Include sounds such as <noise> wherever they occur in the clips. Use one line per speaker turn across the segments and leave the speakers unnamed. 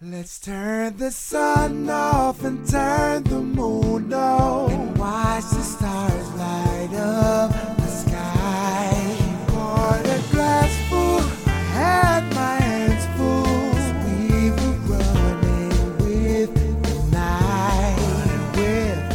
Let's turn the sun off and turn the moon on and watch the stars light up the sky. Poured a glass full, I had my hands full. 'Cause We were running with the night, with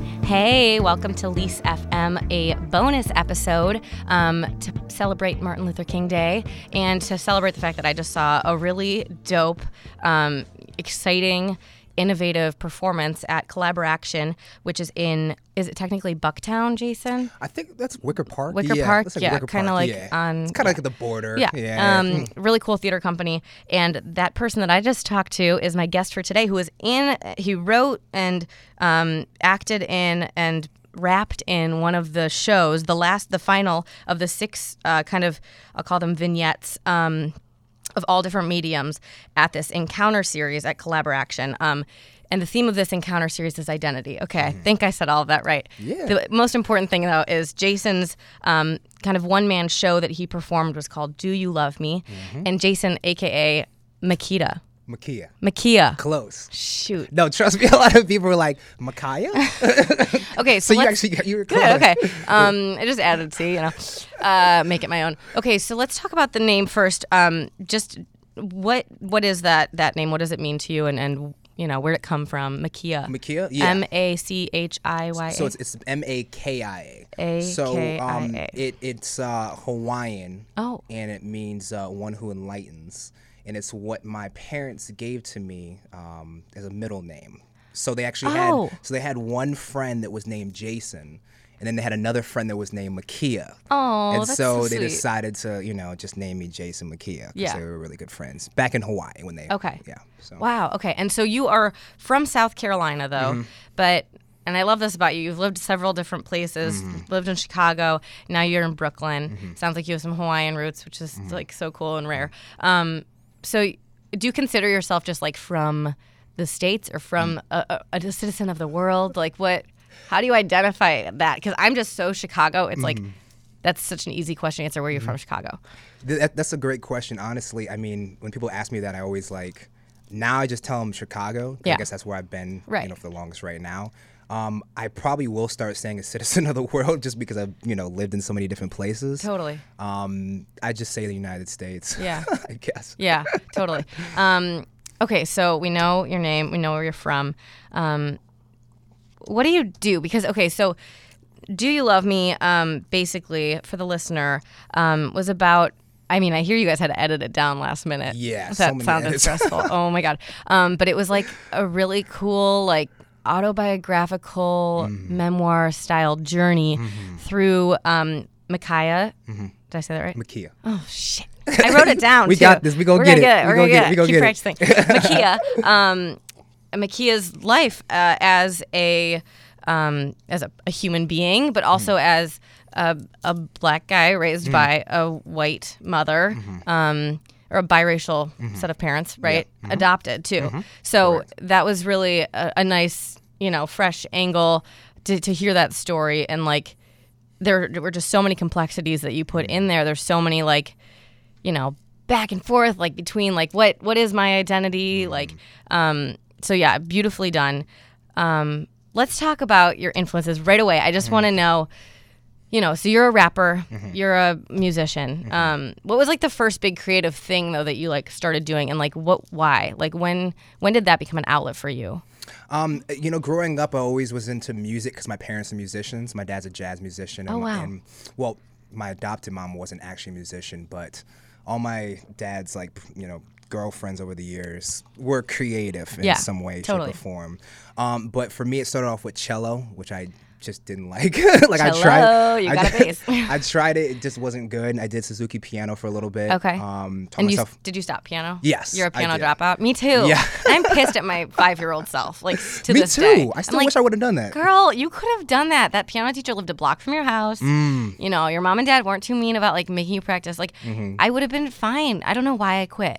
the night.
Hey, welcome to Lease FM, a bonus episode um, to celebrate Martin Luther King Day and to celebrate the fact that I just saw a really dope, um, exciting, innovative performance at Collaboration, which is in, is it technically Bucktown, Jason?
I think that's Wicker Park.
Wicker Park,
that's
yeah,
Wicker
kinda
Park,
like
yeah.
on-
It's kind of like at the border.
Yeah.
yeah. Hmm.
Um, really cool theater company. And that person that I just talked to is my guest for today, who is in, he wrote and um, acted in and rapped in one of the shows, the last, the final of the six uh, kind of, I'll call them vignettes. Um, of all different mediums at this encounter series at Collaboration. Um, and the theme of this encounter series is identity. Okay, I think I said all of that right.
Mm-hmm. Yeah.
The most important thing, though, is Jason's um, kind of one man show that he performed was called Do You Love Me?
Mm-hmm.
And Jason, AKA Makita.
Makia.
Makia.
Close.
Shoot.
No, trust me. <laughs> A lot of people were like
<laughs>
Makaya.
Okay, so,
so you
let's-
actually you were close.
Good.
<laughs>
Okay. Um, I just added C, you know, uh, make it my own. Okay, so let's talk about the name first. Um, just what what is that that name? What does it mean to you? And and you know where would it come from? Makia.
Makia. Yeah.
M A C H I Y
so
A.
it's it's M A K I
A
A. So um,
K I A.
it it's uh, Hawaiian.
Oh.
And it means uh, one who enlightens, and it's what my parents gave to me um, as a middle name. So they actually
Oh.
had so they had one friend that was named Jason, and then they had another friend that was named Makia.
Oh,
and
that's so
so, they
sweet.
decided to you know just name me Jason Makia because
Yeah.
they were really good friends back in Hawaii when they
Okay.
yeah so.
Wow. Okay. And so you are from South Carolina, though, but. And I love this about you. You've lived several different places. Lived in Chicago. Now you're in Brooklyn. Sounds like you have some Hawaiian roots, which is like so cool and rare. Um, so, y- do you consider yourself just like from the states or from a, a, a citizen of the world? Like, what? How do you identify that? Because I'm just so Chicago. It's like that's such an easy question to answer. Where you're from, Chicago?
Th- That, that's a great question. Honestly, I mean, when people ask me that, I always like. Now I just tell them Chicago. 'cause
Yeah.
I guess that's where I've been,
Right.
you know, for the longest right now. Um, I probably will start saying a citizen <laughs> of the world just because I've, you know, lived in so many different places.
Totally.
Um, I just say the United States.
Yeah.
<laughs> I guess.
Yeah, totally. Um, okay, so we know your name, we know where you're from. Um, what do you do? Because okay, so do you love me? Um, basically, for the listener, um, was about. I mean, I hear you guys had to edit it down last minute.
Yeah,
that
so many
sounded
edits.
stressful.
<laughs>
oh my god! Um, but it was like a really cool, like autobiographical
Mm-hmm.
memoir style journey through um, Micaiah.
Mm-hmm.
Did I say that right?
Makia.
Oh shit! I wrote it down.
<laughs> We
too.
got this. We gonna
We're gonna
get it.
Get it.
We
We're
gonna get it. We
Keep practicing.
gonna <laughs>
Makia, um, Makia's life uh, as a um, as a, a human being,
Mm.
but also as a, a black guy raised by a white mother.
Mm-hmm.
Um, or a biracial set of parents, right?
Mm-hmm.
Adopted too. So that was really a, a nice, you know, fresh angle to, to hear that story and like there were just so many complexities that you put
Mm.
in there. There's so many like, you know, back and forth like between like what what is my identity
Mm-hmm.
like. Um, so yeah, beautifully done. Um, let's talk about your influences right away. I just
Mm-hmm.
want to know, you know, so you're a rapper, you're a musician.
Mm-hmm.
Um, what was like the first big creative thing though that you like started doing, and like what why like when when did that become an outlet for you?
Um, you know, growing up, I always was into music because my parents are musicians. My dad's a jazz musician. And,
Oh, wow.
and well, my adopted mom wasn't actually a musician, but all my dad's like you know girlfriends over the years were creative in
Yeah,
some way,
totally.
shape, or form. Um, but for me, it started off with cello, which I just didn't <laughs> like. like I
Cello,
tried,
you
I,
got a bass.
<laughs> I tried it; it just wasn't good. I did Suzuki piano for a little bit.
Okay.
Um, taught
And you
myself.
did you stop piano?
Yes,
you're a
I
piano
did.
dropout. Me too.
Yeah.
I'm pissed at my five year old self.
<laughs>
Like s- to
me
this
too.
day,
I
I'm
still
like,
wish I would have done that.
Girl, you could have done that. That piano teacher lived a block from your house.
Mm.
You know, your mom and dad weren't too mean about like making you practice. Like,
Mm-hmm.
I would have been fine. I don't know why I quit.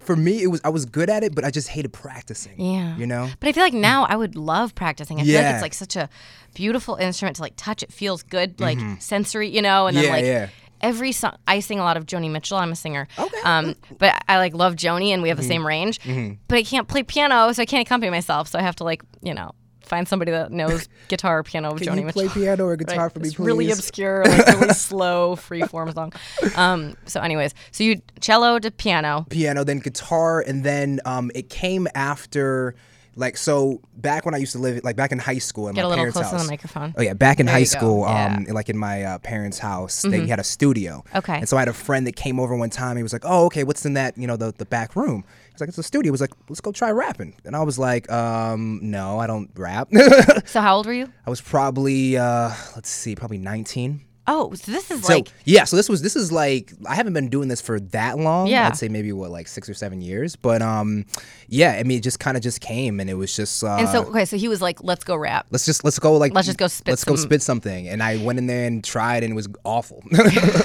for me it was I was good at it, but I just hated practicing.
Yeah.
You know?
But I feel like now I would love practicing. I feel like
Yeah.
it's like such a beautiful instrument to like touch. It feels good, like sensory, you know, and then
Mm-hmm. Yeah,
like
yeah.
every song. I sing a lot of Joni Mitchell. I'm a singer.
Okay. Mm-hmm.
Um, but I like love Joni, and we have the same range. But I can't play piano, so I can't accompany myself. So I have to like you know find somebody that knows
<laughs>
guitar or piano of
Can
Joni
you
Mitchell.
play piano or guitar
Right.
for me,
It's
please?
Really obscure, like
<laughs>
really slow, free form song. Um, so, anyways, so you cello to piano.
piano, then guitar, and then um, it came after. Like so, back when I used to live, like back in high school, in
Get
my
a little
parents'
closer to
house.
the
<laughs>
microphone.
Oh yeah, back in high
you go,
school,
yeah. Mm-hmm.
um, like in my uh, parents' house, they had a studio.
Okay.
And so I had a friend that came over one time. He was like, "Oh, okay, what's in that? You know, the the back room." He's like, "It's a studio." He was like, "Let's go try rapping." And I was like, "Um, no, I don't rap." <laughs> I
So, how old were you?
was probably uh, let's see, probably nineteen.
Oh, so this is
So
like
yeah, so this was this is like I haven't been doing this for that long.
Yeah.
I'd say maybe what like six or seven years. But um, yeah, I mean, it just kind of just came, and it was just uh,
And so, okay, so he was like, "Let's go rap."
let's just let's go like
Let's just go spit
let's go
some-
spit something. And I went in there and tried, and it was
<laughs>
awful. <laughs>
I <laughs>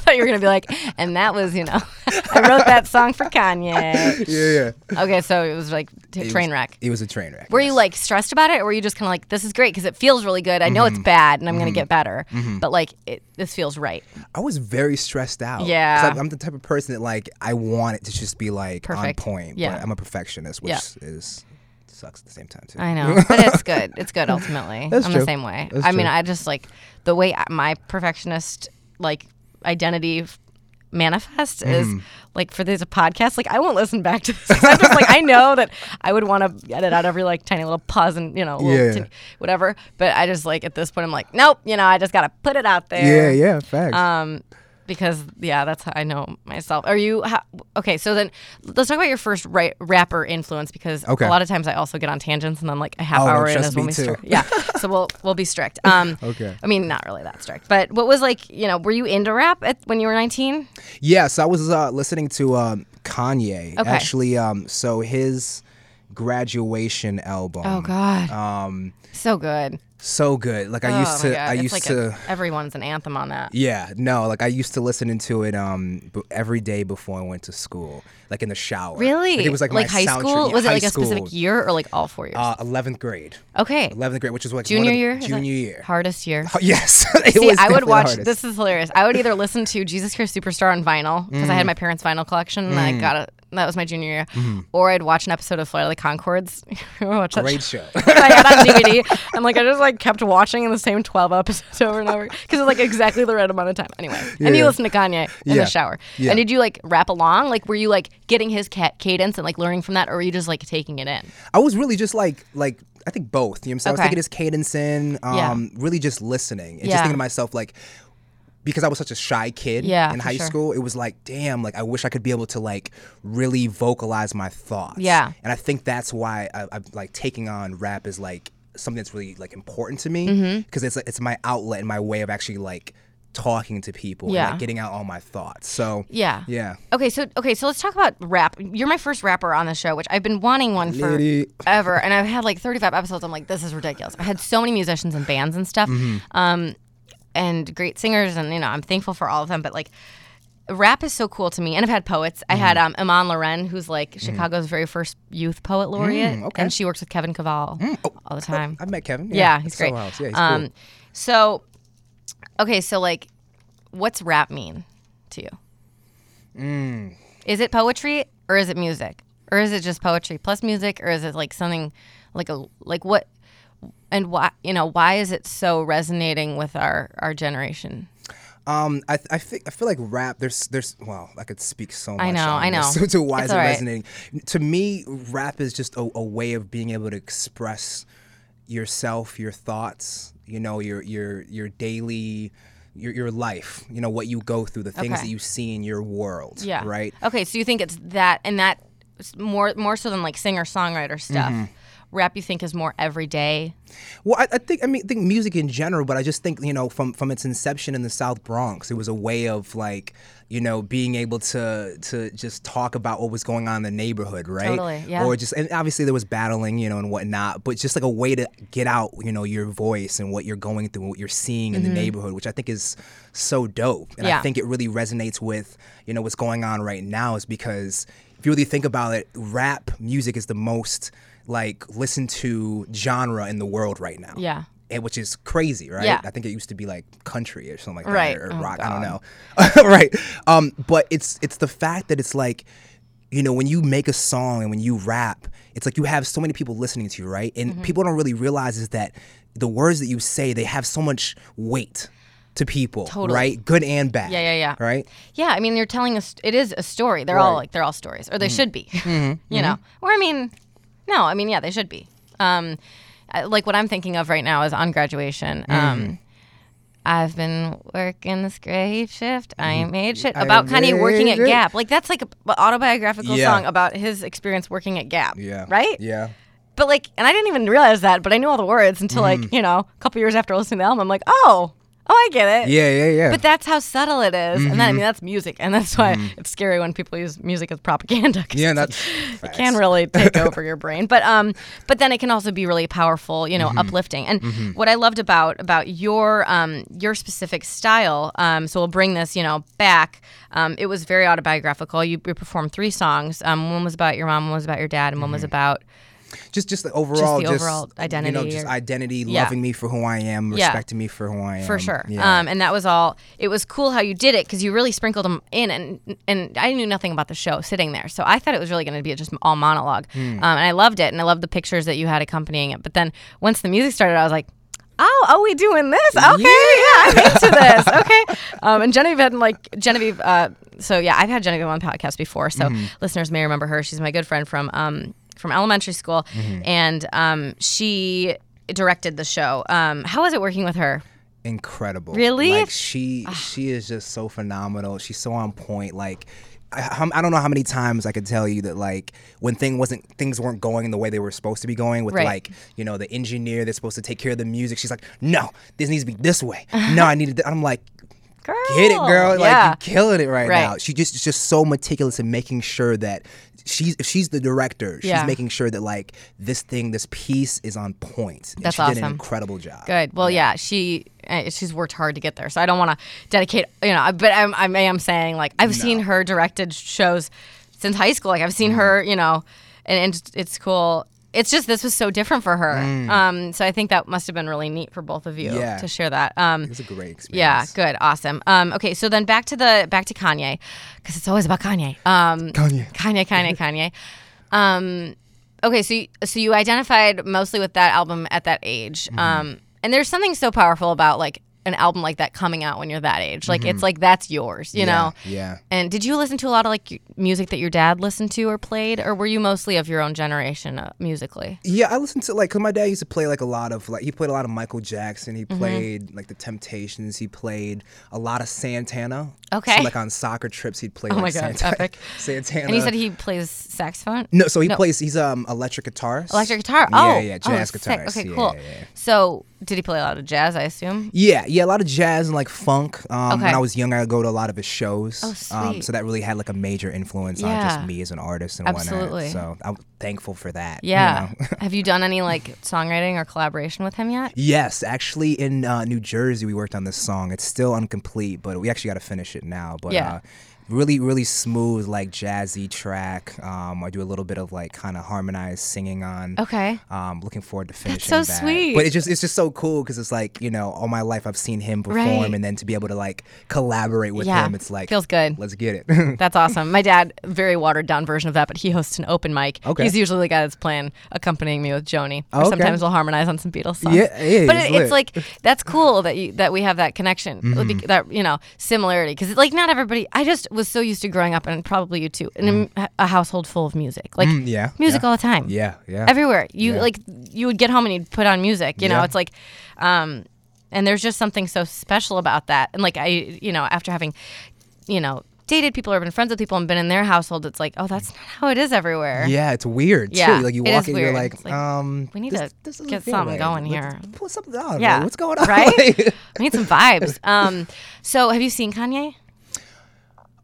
thought you were gonna be like, and that was, you know, <laughs> I wrote that song for
<laughs>
Kanye.
yeah,
Okay, so it was like t- train wreck.
it was a train wreck.
Were you like stressed about it, or were you just kind of like, "This is great because it feels really good. I know
Mm-hmm.
it's bad, and I'm gonna get better, but like, it, this feels right."
I was very stressed out. 'Cause
Yeah.
I'm, I'm the type of person that like I want it to just be like
Perfect.
on point.
Yeah.
but I'm a perfectionist, which
Yeah.
is sucks at the same time too.
I
<laughs>
know, but it's good. It's good ultimately.
That's
I'm
true.
the same way.
That's
I mean,
true.
I just like the way I- my perfectionist like identity f- manifests is
Mm-hmm.
like for this podcast. Like I won't listen back to this. 'cause I'm just like I know that I would want to edit out every like tiny little pause and you know little
Yeah.
tin- whatever. But I just like at this point I'm like nope. You know I just gotta put it out there.
yeah, facts.
Um, because yeah, that's how I know myself. Are you how, okay? So then, let's talk about your first ra- rapper influence because
Okay.
a lot of times I also get on tangents and then like a half
Oh, no,
hour in
trust
is when
me
we
too.
start. Yeah, so
<laughs>
we'll we'll be strict. Um,
Okay.
I mean, not really that strict, but what was like you know were you into rap at, when you were nineteen?
Yeah, so I was uh, listening to um, Kanye
Okay.
actually. Um, so his graduation album.
Oh God,
Um,
so good.
so good. Like I used
oh,
to.
my God.
I
it's
used
like
to.
a- everyone's an anthem on that.
yeah, no, like I used to listen to it um b- every day before I went to school, like in the shower.
Really?
Like, it was like, my
high
soundtrack-
school.
yeah,
was it
high
like a
school.
specific year or like all four years?
Uh, 11th grade.
okay.
11th grade, which is like one
Junior
of the-
year. Is that
Junior year.
Hardest year.
Oh, <laughs> yes. it
See,
was
I would
definitely
watch.
hardest.
This is hilarious. I would either listen to Jesus Christ Superstar on vinyl because
Mm.
I had my parents' vinyl collection and I got it. That was my junior year.
Mm-hmm.
Or I'd watch an episode of Flight of the Concords. <laughs> watch that
Great show.
<laughs>
<laughs>
I had on DVD. And like I just like kept watching the same twelve episodes <laughs> over and over because it's like exactly the right amount of time. Anyway, and you listen to Kanye in the
Yeah.
shower.
Yeah.
And did you like rap along? Like were you like getting his ca- cadence and like learning from that, or were you just like taking it in?
I was really just like like I think both. You know what I'm saying? I was
Okay.
taking his cadence in, um,
Yeah.
really just listening and
Yeah.
just thinking to myself like because I was such a shy kid
Yeah,
in
for
high
sure.
school, it was like, damn, like I wish I could be able to like really vocalize my thoughts.
Yeah.
And I think that's why I, I'm like taking on rap is like something that's really like important to me
Mm-hmm.
because it's it's my outlet and my way of actually like talking to people and
Yeah.
like, getting out all my thoughts. So
Yeah.
yeah.
Okay, so okay, so let's talk about rap. You're my first rapper on the show, which I've been wanting one for
Lady.
<laughs> ever, and I've had like 35 episodes. I'm like, this is ridiculous. I had so many musicians and bands and stuff, um, and great singers, and you know, I'm thankful for all of them. But like, rap is so cool to me, and I've had poets. I had um, Iman Loren, who's like Chicago's very first youth poet laureate,
okay.
and she works with Kevin Cavall all the time.
I've met Kevin.
yeah, he's
That's so
great.
wild. Yeah, he's
um,
cool.
so okay, so like, what's rap mean to you?
Hmm.
Is it poetry or is it music or is it just poetry plus music or is it like something like a like what and why you know why is it so resonating with our our generation?
Um, I th- I, think I feel like rap. There's there's well, I could speak so much.
I know,
on
I know.
this <laughs> To, to why
It's
is it
all right.
resonating? To me, rap is just a, a way of being able to express yourself, your thoughts. You know, your your your daily. Your, your life, you know, what you go through, the things
Okay.
that you see in your world, right?
Okay, so you think it's that and that s- more more so than like singer songwriter stuff.
Mm-hmm.
Rap you think is more everyday.
Well, I, I think I mean think music in general, but I just think you know from from its inception in the South Bronx, it was a way of like you know being able to to just talk about what was going on in the neighborhood, right?
Totally, yeah.
Or just and obviously there was battling, you know, and whatnot, but just like a way to get out, you know, your voice and what you're going through, what you're seeing in the neighborhood, which I think is so dope, and
Mm-hmm. Yeah.
I think it really resonates with you know what's going on right now is because if you really think about it, rap music is the most like listened to genre in the world right now
Yeah.
and which is crazy, right?
Yeah.
I think it used to be like country or something like that,
Right.
or, or
Oh,
rock. I don't know, <laughs> right? Um, but it's it's the fact that it's like, you know, when you make a song and when you rap, it's like you have so many people listening to you, right? And
Mm-hmm.
people don't really realize is that the words that you say they have so much weight to people,
Totally.
right? Good and bad.
Yeah, yeah, yeah.
Right.
Yeah, I mean, you're telling us it is a story. They're all
Right. Mm-hmm.
like they're all stories, or they should be. <laughs> you know, or I mean, no, I mean, yeah, they should be. Um, I- like what I'm thinking of right now is on graduation.
Mm-hmm.
Um, I've been working this grave shift. I am made shit
Mm-hmm. I
about Kanye working at
made it.
Gap. Like that's like an autobiographical
Yeah.
song about his experience working at Gap.
Yeah.
Right.
Yeah.
But like, and I didn't even realize that. But I knew all the words until
Mm-hmm.
like you know a couple years after listening to the album. I'm like, oh, oh, I get it.
Yeah. Yeah. Yeah.
But that's how subtle it is. and that,
Mm-hmm.
I mean that's music, and that's why it's scary when people use music as propaganda. 'cause
yeah.
it's like, <laughs>
That's
it can really
<laughs>
take over your brain, but um, but then it can also be really powerful, you know,
Mm-hmm.
uplifting. And what I loved about about your um your specific style, um, so we'll bring this, you know, back. Um, it was very autobiographical. You, you performed three songs. Um, one was about your mom, one was about your dad, and one
Mm-hmm.
was about
just just the overall
the overall
you know
identity
just
or-
identity
Yeah.
loving me for who I am
Yeah.
respecting me for who I am
for sure.
yeah
Um, and that was all. It was cool how you did it because you really sprinkled them in, and and I knew nothing about the show sitting there, so I thought it was really going to be just all monologue.
Hmm.
Um, and I loved it, and I loved the pictures that you had accompanying it. But then once the music started, I was like. Oh, oh, we doing this? Okay, yeah, I'm into this. Okay, um, and Genevieve had like Genevieve. Uh, so yeah, I've had Genevieve on the podcast before, so
Mm-hmm.
listeners may remember her. She's my good friend from um, from elementary school,
Mm-hmm.
and um, she directed the show. Um, how was it working with her?
incredible
Really? Ah.
like she she is just so phenomenal she's so on point like I, how- I don't know how many times I could tell you that like when thing wasn't things weren't going the way they were supposed to be going with
Right.
like you know the engineer that's supposed to take care of the music she's like no this needs to be
<laughs>
this way no I needed I'm like
girl.
get it,
Yeah.
girl. Like you're killing it right,
Right.
now. She just is just so meticulous in making sure that she's if she's the director, she's
Yeah.
making sure that like this thing, this piece is on point. And
That's
she did an
awesome.
incredible job.
Good. Well, yeah, she uh, she's worked hard to get there. So I don't want to dedicate, you know, but I'm, I am saying like I've seen her directed shows since high school. Like I've seen
Mm.
her, you know, and, and just- it's cool. It's just this was so different for her. Um, so I think that must have been really neat for both of you
Mm. Yeah.
to share that. Um,
It was a great experience.
yeah, good, awesome. Um, okay, so then back to the back to Kanye, because it's always about Kanye. Um,
Kanye.
Kanye,
<laughs>
Kanye, Kanye. Um, okay, so you, so you identified mostly with that album at that age,
Mm-hmm.
um, and there's something so powerful about like an album like that coming out when you're that age. Like it's like that's yours, you know.
Mm-hmm. yeah.
And did you listen to a lot of like y- music that your dad listened to or played, or were you mostly of your own generation uh, musically?
Yeah, I listened to like 'cause my dad used to play like a lot of like he played a lot of Michael Jackson.
Mm-hmm.
He played like the Temptations. He played a lot of Santana.
Okay. Oh
So, like on soccer trips, he'd play.
my
like,
God,
Santana,
epic.
<laughs> Santana.
And he said he plays saxophone.
no, so he plays. He's um electric guitarist.
Electric guitar.
Yeah,
Oh,
yeah,
oh,
jazz
sick.
guitarist.
Okay,
Yeah,
cool.
yeah, yeah.
So, did he play a lot of jazz? I assume.
Yeah, yeah, a lot of jazz and like funk. Um, When
Okay.
I was young, I would go to a lot of his shows.
Oh,
Um,
sweet.
so that really had like a major influence on
Yeah.
just me as an artist and
Absolutely.
whatnot. So I'm thankful for that. you
Yeah.
know.
<laughs> Have you done any like songwriting or collaboration with him yet?
Yes, actually, in uh, New Jersey, we worked on this song. It's still incomplete, but we actually got to finish it now. But
Yeah.
uh, really, really smooth, like jazzy track. Um, I do a little bit of like kind of harmonized singing on.
Okay.
Um, looking forward to finishing.
so
that.
sweet.
But it's just it's just so cool because it's like you know all my life I've seen him perform,
Right.
and then to be able to like collaborate with
Yeah.
him, it's like
Feels good.
Let's get it. <laughs>
That's awesome. My dad, very watered down version of that, but he hosts an open mic.
Okay.
He's usually the guy that's playing accompanying me with Joni. Or
Okay.
Sometimes we'll harmonize on some Beatles songs.
Yeah, yeah,
but
it's
it,
lit.
it's like that's cool that you that we have that connection,
Mm-hmm.
like, that you know similarity, because like not everybody. I just was so used to growing up, and probably you too, in
Mm.
a, a household full of music, like
yeah,
music
yeah.
all the time.
yeah, yeah.
everywhere you
Yeah.
like you would get home and you'd put on music you know
Yeah.
it's like um and there's just something so special about that and like i you know after having you know dated people or been friends with people and been in their household it's like oh that's not how it is everywhere
Yeah, it's weird
Yeah,
too. Like you
it
walk
is
in, you're
weird.
like,
It's like,
um,
we need
this-
to
this doesn't
get
feel
something
right.
going
Let's
here.
Pull something out. Yeah,
yeah
what's going on?
right
<laughs> Like,
we need some vibes um so have you seen
<laughs>
kanye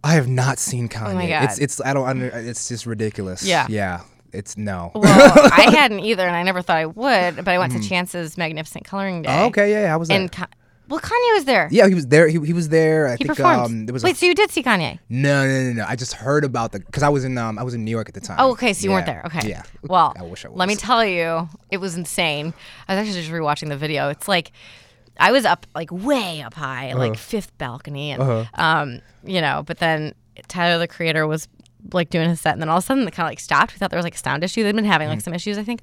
I have not seen Kanye.
Oh my God.
It's it's I don't under. It's just ridiculous.
Yeah.
yeah. It's no.
well i hadn't either and i never thought i would but i went to chance's magnificent coloring day
Mm-hmm. Oh, okay, yeah, yeah. How was that?
and Ka- Well, Kanye was there.
Yeah, he was there. He, he was there. I
He
think
performed.
um there was a-
Wait, so you did see Kanye?
no, no, no, no. I just heard about the because I was in um I was in New York at the time.
Oh, okay. So you weren't
Yeah,
there. Okay.
Yeah.
Well,
I wish I was.
let me tell you, it was insane. I was actually just rewatching the video. It's like I was up, like way up high,
Uh-huh.
like fifth balcony, and um, you know. But then Tyler the Creator was like doing his set, and then all of a sudden it kind of like stopped. We thought there was like a sound issue. They'd been having
Mm.
like some issues, I think.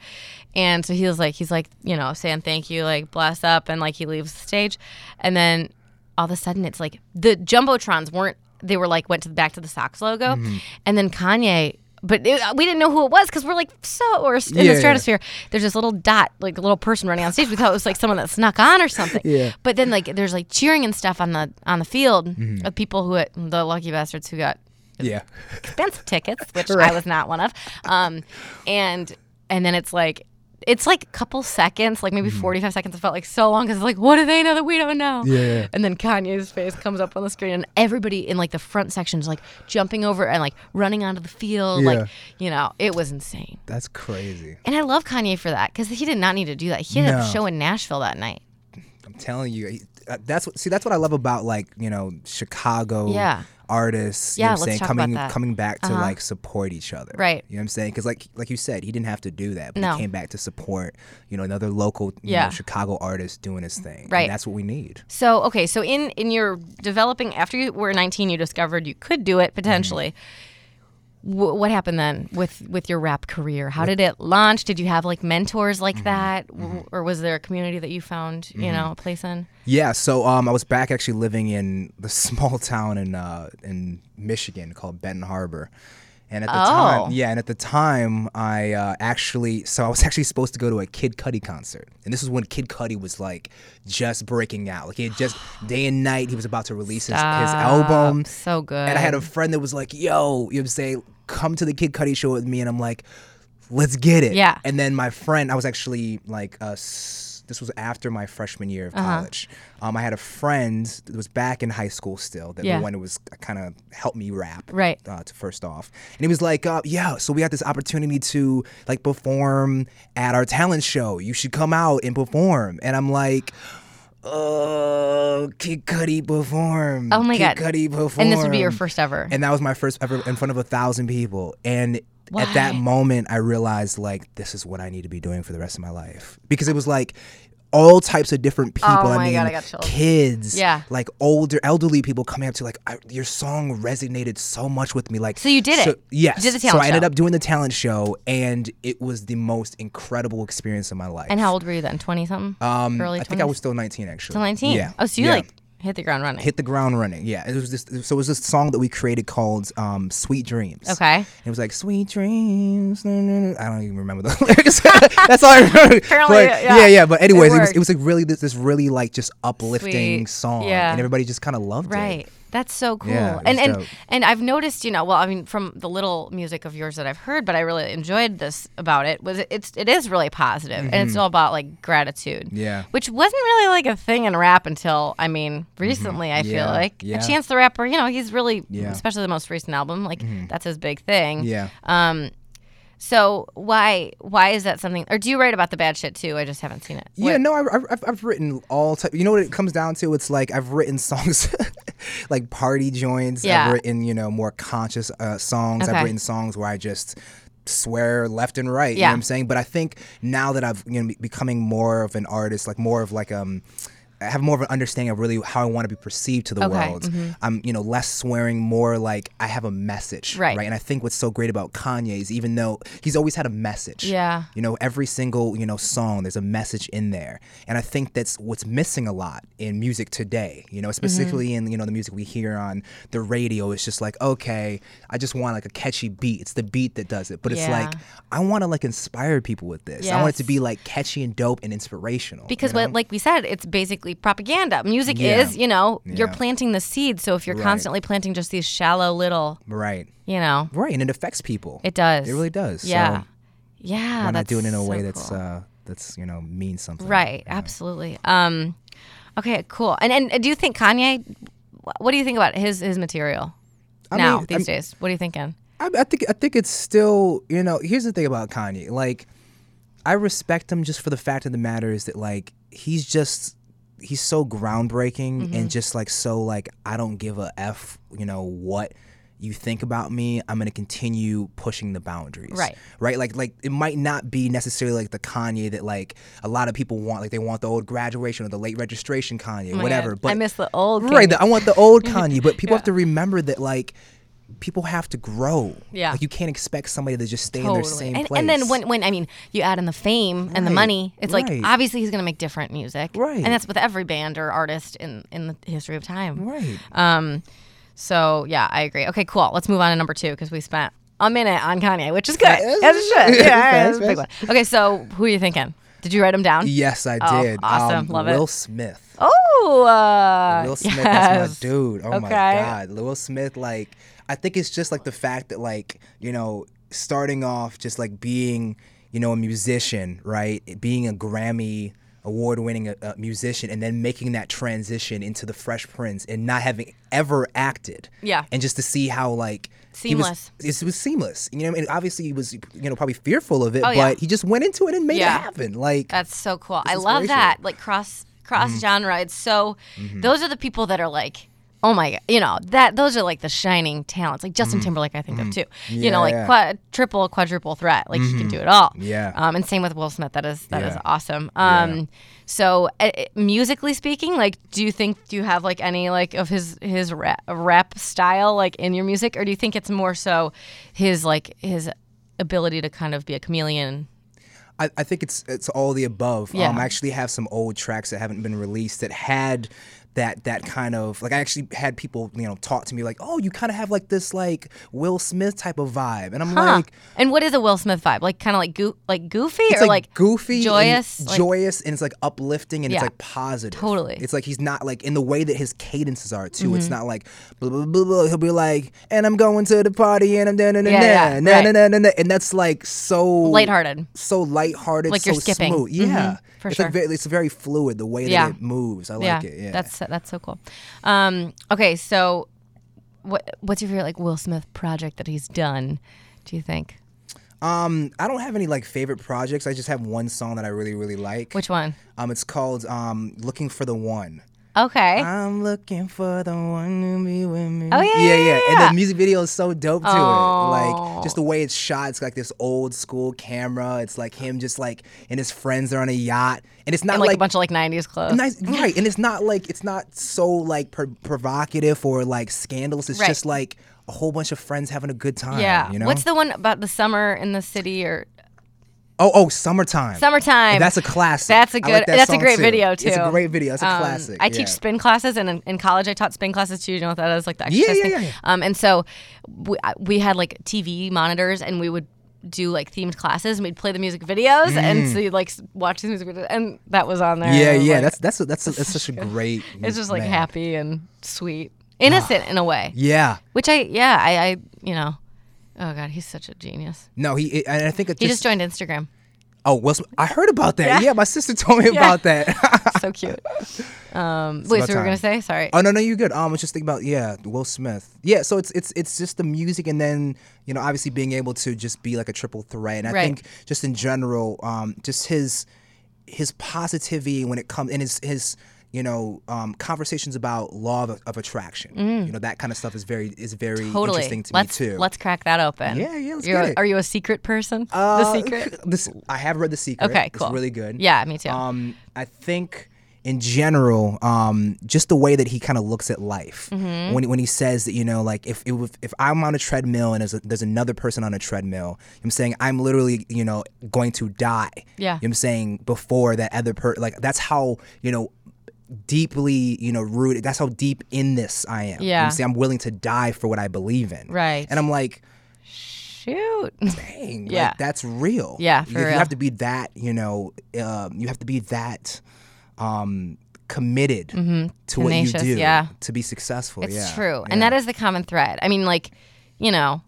And so he was like, he's like, you know, saying thank you, like bless up, and like he leaves the stage, and then all of a sudden it's like the jumbotrons weren't. They were like went to the back to the Sox logo,
Mm-hmm.
and then Kanye. But it, we didn't know who it was because we're like so or in the
Yeah, yeah.
stratosphere atmosphere, there's this little dot, like a little person running on stage. We thought it was like someone that snuck on or something.
Yeah.
But then like there's like cheering and stuff on the on the field
Mm-hmm.
of people who the lucky bastards who got
Yeah.
expensive
<laughs>
tickets, which I was not one of. Um, and and then it's like it's like a couple seconds, like maybe 45 seconds. It felt like so long because it's like, what do they know that we don't know?
Mm-hmm. Yeah.
And then Kanye's face comes up on the screen, and everybody in like the front section is like jumping over and like running onto the field.
Yeah.
Like, you know, it was insane.
That's crazy.
And I love Kanye for that because he did not need to do that. He had a
No.
show in Nashville that night.
I'm telling you, he- uh, that's what. See, that's what I love about like you know Chicago
Yeah.
artists. You
Yeah,
know what
let's
I'm saying
talk about
coming
that. Uh-huh.
coming back to like support each other.
Right.
You know what I'm saying? Because like like you said, he didn't have to do that, but
No.
he came back to support you know another local you
Yeah.
know, Chicago artist doing his thing. And
Right.
that's what we need.
So okay, so in in your developing after you were 19, you discovered you could do it potentially. Wh- what happened then with with your rap career? How did it launch? Did you have like mentors like
Mm-hmm.
that, W or was there a community that you found you know a place in?
Yeah, so um, I was back actually living in the <laughs> small town in uh, in Michigan called Benton Harbor, and at the
Oh.
time, yeah, and at the time I uh, actually, so I was actually supposed to go to a Kid Cudi concert, and this was when Kid Cudi was like just breaking out, like he had just day and night he was about to release his, his album,
So good.
and I had a friend that was like, yo, you know what I'm saying, come to the Kid Cudi show with me. And I'm like, let's get it.
Yeah.
And then my friend, I was actually like, uh, s- this was after my freshman year
Uh-huh.
of college. Um, I had a friend that was back in high school still, that
Yeah.
the one that was kind of helped me rap.
Right.
Uh, to first off. And he was like, uh, yeah, so we had this opportunity to like perform at our talent show. You should come out and perform. And I'm like, Oh, Kid Cudi perform.
Oh my God.
Kid Cudi perform.
and this would be your first ever.
And that was my first ever in front of a thousand people. And at that
Wow.
moment, I realized like this is what I need to be doing for the rest of my life because it was like all types of different people.
Oh my
I mean,
God, I got chills.
kids,
Yeah.
like older, elderly people coming up to like I, your song resonated so much with me. Like,
So you did it.
Yes.
You did the
so
talent
I ended
show.
up doing the talent show, and it was the most incredible experience of my life.
And how old were you then? 20 something?
Um,
Early
I
20s?
think I was still 19 actually.
Still 19.
Yeah.
Oh, so you
Yeah
like hit the ground running.
hit the ground running. Yeah, it was this. So it was this song that we created called um, "Sweet Dreams."
Okay.
It was like "Sweet Dreams." na, na, na." I don't even remember the <laughs> lyrics. That's all I remember.
Apparently,
But,
yeah,
yeah, But
it
anyways, it, was
worked.
it was like really this this really like just uplifting
Sweet,
song,
yeah.
and everybody just kind of loved it.
Right. That's so cool.
Yeah, it
and
was
and
dope.
and I've noticed, you know, well, I mean, from the little music of yours that I've heard, but I really enjoyed this about it was it- it's it is really positive and it's all about like gratitude.
Mm-hmm. Yeah. Mm-hmm.
Which wasn't really like a thing in rap until I mean recently. I feel
Yeah,
like
yeah.
and Chance the Rapper, you know, he's really
Yeah. Mm-hmm.
especially the most recent album, like that's his big thing.
Yeah.
Um. So why why is that something? Or do you write about the bad shit too? I just haven't seen it.
Yeah,
What-
no, I- I've, I've, I've written all type. You know what it comes down to? It's like I've written songs <laughs> like party joints.
Yeah.
I've written, you know, more conscious uh, songs.
Okay.
I've written songs where I just swear left and right. You
Yeah.
know what I'm saying? But I think now that I've, you know, be- becoming more of an artist, like more of like, um, I have more of an understanding of really how I want to be perceived to the
Okay, Mm-hmm.
world. I'm, you know, less swearing, more like I have a message,
Right.
right? And I think what's so great about Kanye is even though he's always had a message,
Yeah.
you know, every single, you know, song, there's a message in there. And I think that's what's missing a lot in music today, you know,
Mm-hmm.
specifically in, you know, the music we hear on the radio. It's just like, okay, I just want like a catchy beat. It's the beat that does it. But it's like,
Yeah.
I want to like inspire people with this. I want it to
Yes.
be like catchy and dope and inspirational.
because
you know?
what, like we said it's basically propaganda music
Yeah.
is you know you're
Yeah.
planting the seed so if you're constantly planting just these shallow little
right.
you know
Right. And it affects people.
it does
It really does.
yeah
So
yeah
why not
that's
do it in a
so
way that's,
cool.
uh, that's, you know, means something.
right absolutely um okay cool and and do you think kanye wh- what do you think about his his material
I
now
mean,
these
I'm-
days what are you thinking
I, I think I think it's still you know. Here's the thing about Kanye. Like, I respect him just for the fact of the matter is that like he's just he's so groundbreaking
Mm-hmm.
and just like so like I don't give a f you know what you think about me I'm gonna continue pushing the boundaries
Right.
right like like it might not be necessarily like the Kanye that like a lot of people want like they want the old graduation or the late registration Kanye
Oh my
whatever
God.
but
I miss the old
right
Kanye.
the, I want
<laughs>
the old Kanye but people have to remember that like people have to grow
Yeah.
like you can't expect somebody to just stay in their same
and,
place
and then when, when I mean you add in the fame and the
Right,
money, it's
right.
like obviously he's gonna make different music,
Right.
And that's with every band or artist in in the history of time,
right
Um, so yeah, I agree. Okay, cool. Let's move on to number two because we spent a minute on Kanye, which is good. As it
<laughs>
should. Yeah, that's a big one. Okay, so who are you thinking? Did you write them down?
Yes, I
Oh,
did.
awesome.
Um,
Love it.
Will Smith.
Oh, uh,
Will Smith,
yes. <laughs>
that's my dude. Oh my
Okay.
god, Will Smith. Like, I think it's just like the fact that like you know, starting off just like being you know a musician, right? Being a Grammy award-winning uh, uh, musician, and then making that transition into the Fresh Prince, and not having ever acted.
Yeah.
And just to see how like.
Seamless.
He was, it was seamless. You know, what I mean, obviously he was, you know, probably fearful of it, but
Oh, yeah.
he just went into it and made
Yeah.
it happen. Like,
That's so cool. I
is
love
racial.
that. Like cross cross
Mm-hmm.
genre. It's so those are the people that are like Oh my god, you know, that those are like the shining talents. Like Justin Timberlake I think of too. you know, like
Mm-hmm. Yeah. Mm-hmm.
quad, triple, quadruple threat. Like he can do it all.
Yeah.
Um and same with Will Smith. That is that is
Yeah.
awesome. Um so uh, uh, musically speaking, like do you think do you have like any like of his his rap, rap style like in your music or do you think it's more so his like his ability to kind of be a chameleon?
I, I think it's it's all the above.
Yeah.
Um, I actually have some old tracks that haven't been released that had that that kind of like I actually had people you know talk to me like oh you kind of have like this like Will Smith type of vibe and I'm
Huh.
like
and what is a Will Smith vibe? Like kind of like goo- like goofy
it's
or
like,
like,
goofy and
joyous, like-
joyous and it's like uplifting and
Yeah.
it's like positive
Totally. Mm-hmm.
it's like he's not like in the way that his cadences are too it's not like blah blah blah blah he'll be like and I'm going to the party and I'm da na na
Yeah, yeah,
na na
right.
na na na na and that's like so
lighthearted?
so lighthearted,
Like
so
you're skipping. Mm-hmm.
smooth. Yeah,
for
it's
sure.
Like very, it's very fluid the way that
Yeah.
it moves. I
yeah,
like it. Yeah,
that's that's so cool. Um, okay, so what what's your favorite like Will Smith project that he's done? Do you think
um, I don't have any like favorite projects. I just have one song that I really really like.
which one?
Um, it's called um, "Looking for the One."
Okay,
I'm looking for the one to be with me.
Oh, yeah, yeah,
yeah,
yeah,
And
yeah.
the music video is so dope to it.
Oh.
Like just the way it's shot, it's like this old school camera. It's like him just like and his friends are on a yacht, and it's not
and like, a bunch of like '90s clothes.
nice right and it's not like it's not so like pr- provocative or like scandalous it's
Right.
just like a whole bunch of friends having a good time
yeah.
you know
What's the one about the summer in the city or
oh oh summertime
summertime?
that's a classic
That's a
I
good.
like that
that's a
song,
great
too.
video too.
it's a great video it's a
Um,
classic
I teach
yeah.
spin classes, and in, in college I taught spin classes too. You know what that is, like the
Yeah,
exercise
yeah,
thing.
yeah, yeah.
Um, and so we, I- we had like TV monitors, and we would do like themed classes, and we'd play the music videos, and so you'd like s- watch the music videos, and that was on there.
Mm. yeah
and it was,
yeah
like-
that's that's a, that's, a, that's
<laughs>
such a great
it's just like
man.
happy and sweet, innocent in a way.
yeah
Which I yeah I, I you know, oh god he's such a genius.
no he it- and I think it
He
just,
just joined Instagram.
oh Will Smith, I heard about that yeah,
<laughs> Yeah.
my sister told me about that <laughs>
so cute. Um, wait,
about
so we were gonna say
time.
sorry.
Oh no, no, you're good. Um, I was just thinking about yeah, Will Smith. Yeah, so it's it's it's just the music, and then you know, obviously being able to just be like a triple threat, and I
Right.
think just in general, um, just his his positivity when it comes and his his you know um, conversations about law of, of attraction, you know that kind of stuff is very is very
Mm. Totally.
interesting to
let's,
me too.
Let's crack that open.
Yeah, yeah, let's
You're
get
a-
it.
Are you a secret person? the
Uh,
secret.
<laughs> This I have read the secret.
Okay, cool.
It's really good.
Yeah, me too.
Um, I think in general, um, just the way that he kind of looks at life
Mm-hmm.
when when he says that you know, like if it, was- if I'm on a treadmill and there's, a, there's another person on a treadmill, I'm saying I'm literally you know going to die.
Yeah.
You know what I'm saying before that other person. Like that's how you know deeply you know rooted that's how deep in this i am You know what
Yeah.
i'm saying i'm willing to die for what i believe in
Right.
and i'm like
Shoot. <laughs>
dang,
Yeah.
like, that's real.
Yeah,
you,
for
you
real.
have to be that. You know, um, you have to be that um, committed to what
Mm-hmm.
you
Tenacious,
do
yeah.
to be successful.
It's
yeah.
true. And that is the common thread. I mean, like, you know,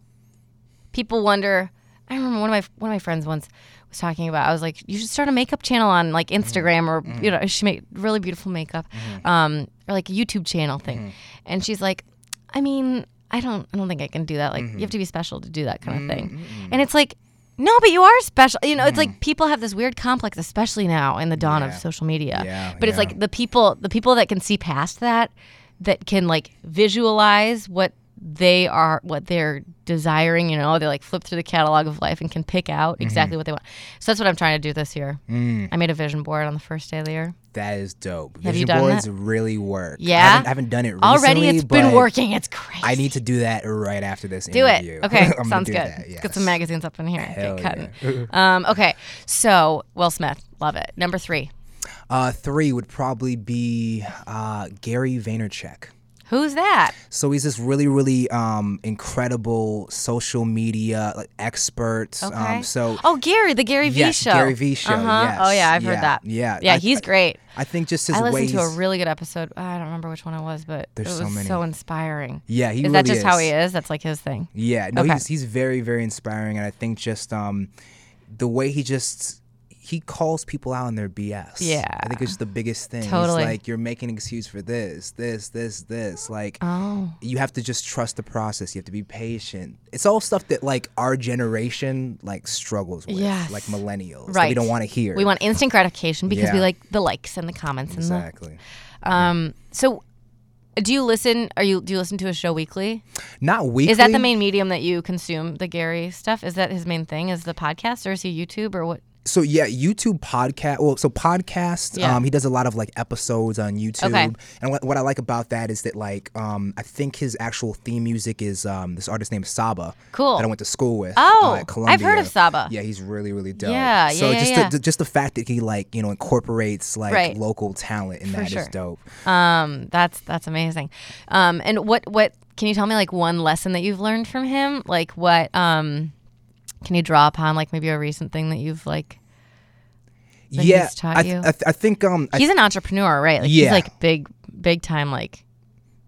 people wonder. I remember one of my one of my friends once was talking about. I was like, you should start a makeup channel on like
Mm-hmm.
Instagram or you know, she made really beautiful makeup, um, or like a YouTube channel thing.
Mm-hmm.
And she's like,
Mm-hmm.
I mean, I don't, I don't think I can do that. Like, you have to be special to do that kind of thing. And it's like, No, but you are special. You know, it's like people have this weird complex, especially now in the dawn of
Mm. Yeah.
social media.
Yeah,
but it's
yeah.
like the people, the people that can see past that, that can like visualize what they are, what they're desiring. You know, they like flip through the catalog of life and can pick
Mm-hmm.
out exactly what they want. So that's what I'm trying to do this year.
Mm.
I made a vision board on the first day of the year.
That is dope.
Have
Vision
you done
boards
that?
really work.
Yeah?
I haven't, I haven't done it recently.
Already, it's been
but
working. It's crazy.
I need to do that right after this
do
interview.
it. Okay,
<laughs> I'm gonna
sounds
do
good.
that,
Let's
yes.
Get some magazines up in here.
Hell
Get cutting.
<laughs>
um, okay, so Will Smith, love it. Number three.
Uh, three would probably be uh, Gary Vaynerchuk.
Who's that?
So he's this really, really um, incredible social media like, expert.
Okay.
Um, so
oh, Gary, the Gary V
yes,
show.
Gary V show.
Uh-huh.
Yes.
Oh yeah, I've
yeah,
heard that.
Yeah,
yeah,
I-
he's great.
I think just his
I listened
ways.
to a really good episode. I don't remember which one it was, but
There's
it
so
was so,
many.
inspiring.
yeah, he
is
really
that just how he is? That's like his thing.
Yeah, no,
Okay.
he's he's very very inspiring, and I think just um, the way he just he calls people out on their BS.
Yeah.
I think it's the biggest thing. He's
Totally.
like you're making an excuse for this, this, this, this. Like
Oh,
you have to just trust the process. You have to be patient. It's all stuff that like our generation like struggles with,
Yes.
like millennials. that
right.
we don't want to hear.
We want instant gratification because we
Yeah.
like the likes and the comments and
exactly.
the. Um. So, do you listen? Are you do you listen to a show weekly?
Not weekly.
Is that the main medium that you consume the Gary stuff? Is that his main thing? Is the podcast or is he YouTube or what?
so yeah, YouTube podcast. Well, so podcast.
Yeah.
Um, he does a lot of like episodes on YouTube.
Okay.
And what, what I like about that is that like um, I think his actual theme music is um, this artist named Saba.
Cool.
That I went to school with.
Oh,
uh,
I've
at Columbia.
heard of Saba.
Yeah, he's really really dope.
Yeah,
So
yeah,
just
yeah,
The, just the fact that he like you know incorporates like
Right.
local talent and that is
sure.
dope.
Um, that's that's amazing. Um, and what what can you tell me like one lesson that you've learned from him? Like what um, can you draw upon like maybe a recent thing that you've like? that
yeah,
he's taught
I, th-
you?
I, th- I think um, I
He's an entrepreneur, right? Like he's
Yeah.
like big big time like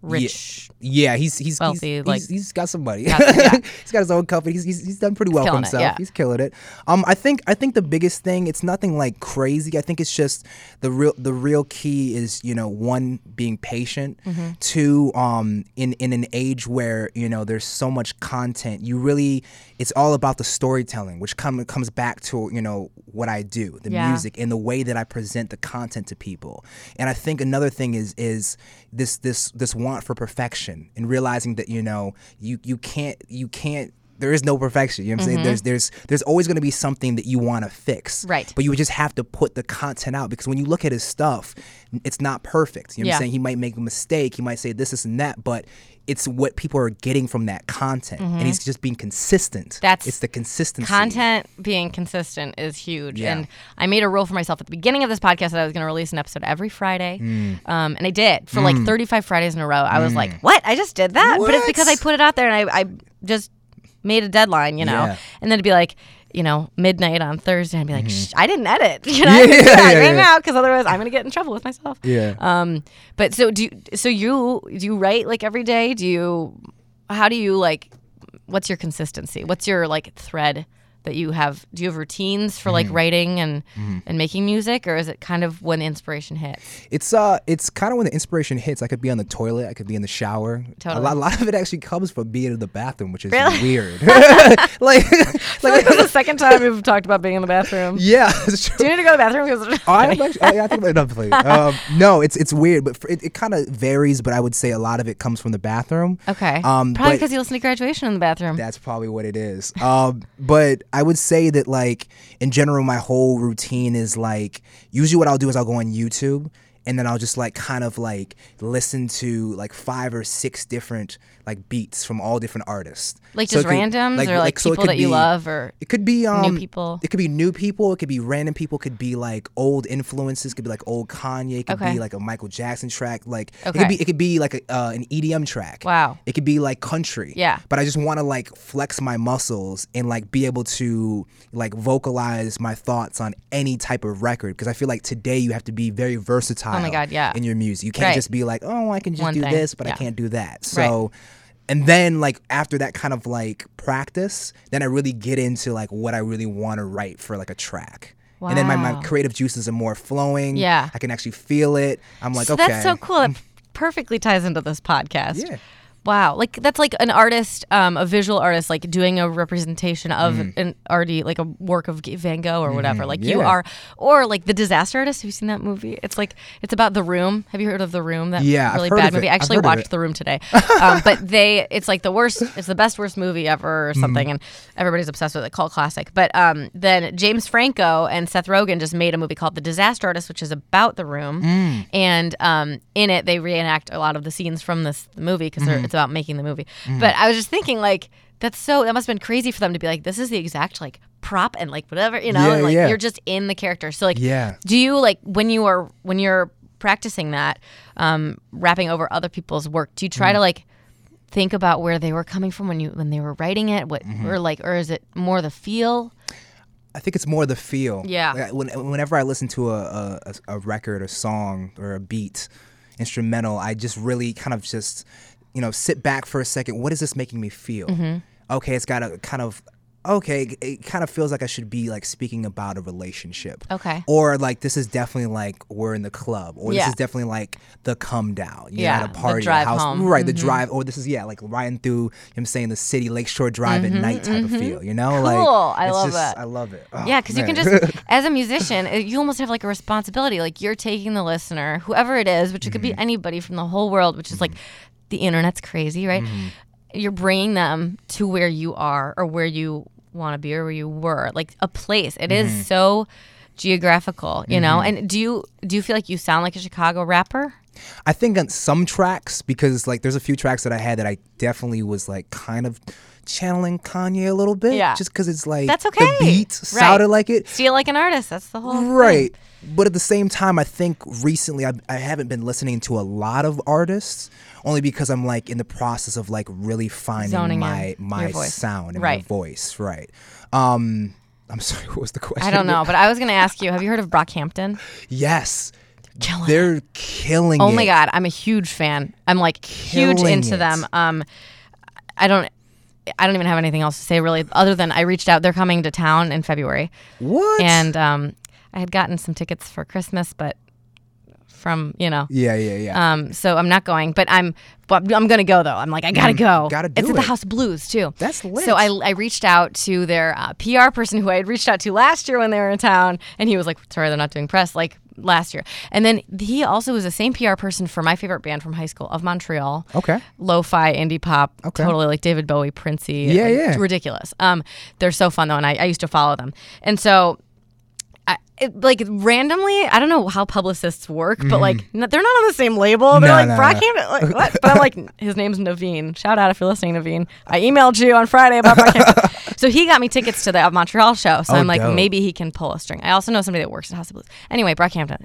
rich.
Yeah, he's he's
Wealthy,
he's,
like-
he's, he's got some money.
yeah.
<laughs> he's got his own company. He's, he's, he's done pretty well for
killing it,
himself.
yeah.
He's killing it. Um, I think I think the biggest thing it's nothing like crazy. I think it's just the real the real key is you know one being patient,
Mm-hmm.
two um in in an age where you know there's so much content. You really it's all about the storytelling, which come comes back to you know what I do, the
Yeah.
music music and the way that I present the content to people. And I think another thing is is this this this want for perfection and realizing that you know you you can't you can't there is no perfection. You know what I'm saying? There's there's there's always going to be something that you want to fix.
Mm-hmm. Right.
But you would just have to put the content out because when you look at his stuff, n- it's not perfect. You know what
Yeah.
I'm saying? He might make a mistake. He might say this, this, and that. But it's what people are getting from that content, and he's just being consistent.
Mm-hmm. That's
it's the consistency.
Content being consistent is huge.
Yeah.
And I made a rule for myself at the beginning of this podcast that I was going to release an episode every Friday.
Mm.
Um, and I did for like 35 Fridays in a row. I was like, what? I just did that? But it's
What?
because I put it out there and I, I just made a deadline, you know?
Yeah.
And then it'd be like, you know, midnight on Thursday, I'd be like, Shh, I didn't edit. <laughs> You know, I didn't do
Mm-hmm. yeah,
that
yeah,
right
yeah.
now because otherwise I'm going to get in trouble with myself.
Yeah.
Um, but so do you, so you do you write like every day? Do you how do you like what's your consistency? What's your like thread that you have? Do you have routines for
Mm-hmm.
like writing and and making music, or is it kind of when inspiration hits?
It's uh, it's kind of when the inspiration hits. I could be on the toilet. I could be in the shower.
Totally.
A lot, a lot of it actually comes from being in the bathroom, which is
Really? <laughs>
weird. <laughs> like, <laughs> like,
<laughs> this is the second time we've talked about being in the bathroom.
yeah, <laughs> Uh, it's true.
Do you need to go to the bathroom?
<laughs>
Because
I am actually, I, I think about it
<laughs>
another place. Um, no, it's it's weird, but for, it, it kind of varies. But I would say a lot of it comes from the bathroom.
okay,
Um,
probably
but-
because you listen to graduation in the bathroom.
That's probably what it is. Um, but I would say that, like, in general, my whole routine is like usually what I'll do is I'll go on YouTube and then I'll just like kind of like listen to like five or six different like beats from all different artists.
like
So
just
it could-
randoms or like,
so it
people
could
that you
be-
love or
It could be um,
people?
It could be new people. It could be random people. It could be like old influences. It could be like old Kanye. It could
Okay.
be like a Michael Jackson track. Like it
Okay.
could be it could be like a, uh, an EDM track.
Wow.
It could be like country.
Yeah.
But I just want to like flex my muscles and like be able to like vocalize my thoughts on any type of record because I feel like today you have to be very versatile.
Oh my God, yeah.
In your music, you can't
Right.
just be like, oh, I can just
One
do
thing,
this, but
yeah.
I can't do that. So. And then, like after that kind of like practice, then I really get into like what I really want to write for like a track. And then my,
Wow.
my creative juices are more flowing.
Yeah.
I can actually feel it. I'm like,
So
okay,
that's so cool. That perfectly ties into this podcast.
Yeah.
Wow, like that's like an artist, um, a visual artist, like doing a representation of an already like a work of G- Van Gogh or whatever. Like you
Mm. Mm-hmm. yeah.
are, or like the Disaster Artist. Have you seen that movie? It's like it's about the Room. Have you heard of the Room? That
Yeah, I've
really
heard
bad
of
movie.
it.
I
I've
actually
heard of
watched
it.
the Room
<laughs>
today, um, but they it's like the worst. It's the best worst movie ever or
Mm-hmm.
something, and everybody's obsessed with it. Cult classic. But um, then James Franco and Seth Rogen just made a movie called The Disaster Artist, which is about the Room,
Mm.
and um, in it they reenact a lot of the scenes from this movie because
Mm-hmm.
it's about making the movie.
Mm.
But I was just thinking like. That's so. That must have been crazy for them to be like, "This is the exact like prop and like whatever you know,
Yeah,
and, like
yeah.
you're just in the character." So like,
Yeah.
do you like when you are when you're practicing that um, rapping over other people's work? Do you try to like think about where they were coming from when you when they were writing it? What or like or is it more the feel?
I think it's more the feel.
Yeah.
Like, when, whenever I listen to a, a a- a record, a song, or a beat, instrumental, I just really kind of just you know sit back for a second. What is this making me feel? Okay, it's got a kind of okay. it- It kind of feels like I should be like speaking about a relationship.
Okay.
Or like this is definitely like we're in the club, or
Yeah.
this is definitely like the come down. You know,
Yeah,
at a
the
party, or
drive
house,
home. Mm-hmm.
right? The drive, or this is yeah, like riding through. You know what I'm saying the city, Lakeshore Drive at night type of feel. You know, like
Mm-hmm, Cool. I
it's
love
just-
that.
I love it. Oh,
Yeah, because you can
man.
just,
<laughs>
as a musician, uh, you almost have like a responsibility. Like you're taking the listener, whoever it is, which it could be
Mm-hmm.
anybody from the whole world, which is like the internet's crazy, right?
Mm-hmm.
You're bringing them to where you are or where you want to be or where you were, like a place. It is
Mm-hmm.
so geographical, you know. And do you do you feel like you sound like a Chicago rapper?
I think on some tracks because like there's a few tracks that I had that I definitely was like kind of channeling Kanye a little bit.
Yeah.
Just because it's like
That's okay.
The beat
Right.
sounded like it.
Feel like an artist. That's the whole
Right. But at the same time, I think recently I, I haven't been listening to a lot of artists only because I'm like in the process of like really finding
Zoning
my
in
my
your voice.
sound and
Right.
my voice. Right. Um I'm <laughs> sorry, what was the question?
I don't know, but I was gonna ask you. Have you heard of Brockhampton?
Yes.
Killing it.
They're killing
Oh
it.
my god, I'm a huge fan. I'm like huge
Killing
into
it.
them. Um, I don't. I don't even have anything else to say really, other than I reached out. They're coming to town in February,
What?
and um, I had gotten some tickets for Christmas, but from you know,
yeah, yeah, yeah.
um, so I'm not going. But I'm, but I'm gonna go though. I'm like, I gotta go.
Mm-hmm. gotta do
it's at the
it.
House Blues too.
That's lit.
So I, I reached out to their uh, PR person who I had reached out to last year when they were in town, and he was like, "Sorry, they're not doing press." Like last year, and then he also was the same PR person for my favorite band from high school of Montreal.
Okay.
Lo-fi indie pop,
Okay.
totally like David Bowie, Princey.
Yeah,
like,
yeah.
Ridiculous. Um, they're so fun though, and I, I used to follow them, and so I, it, like randomly, I don't know how publicists work, but like n- they're not on the same label. They're
Mm-hmm. No,
like
no,
Brockhampton. Like, what?
<laughs>
But I'm like, his name's Naveen. Shout out if you're listening, Naveen. I emailed you on Friday about
<laughs>
Brockhampton. so he got me tickets to the uh, Montreal show. So
Oh,
I'm like,
dope.
maybe he can pull a string. I also know somebody that works at House of Blues. Anyway, Brockhampton.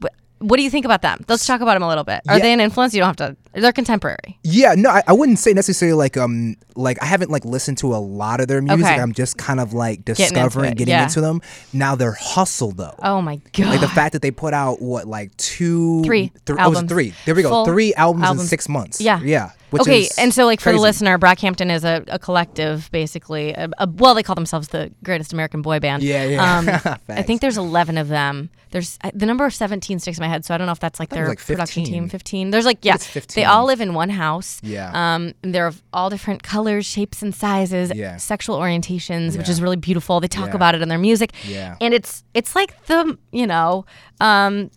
But What do you think about them? Let's talk about them a little bit. Are
Yeah.
they an influence? You don't have to. They're contemporary.
Yeah, no, I, I wouldn't say necessarily like um like I haven't like listened to a lot of their music.
Okay.
I'm just kind of like
into
discovering,
it,
getting
yeah.
into them. Now they're hustle though.
Oh my god!
Like the fact that they put out what like two
Three
thr- oh, it was
albums.
three. There we go.
Full
three albums,
albums.
in six months.
Yeah.
yeah. Which
okay,
is
and so like for the
crazy.
listener, Brockhampton is a, a collective, basically. A, a, well, they call themselves the greatest American boy band.
Yeah, <laughs> yeah.
Um, I think there's 11 of them. There's I- the number of 17 sticks in my head, so I don't know if that's like
it was,
their
like,
production
15.
team. 15. There's like yeah,
it's 15.
they all live in one house.
Yeah.
Um, and they're of all different colors, shapes, and sizes.
Yeah.
Sexual orientations, which
Yeah.
is really beautiful. They talk
Yeah.
about it in their music.
Yeah.
And it's it's like the you know. Um,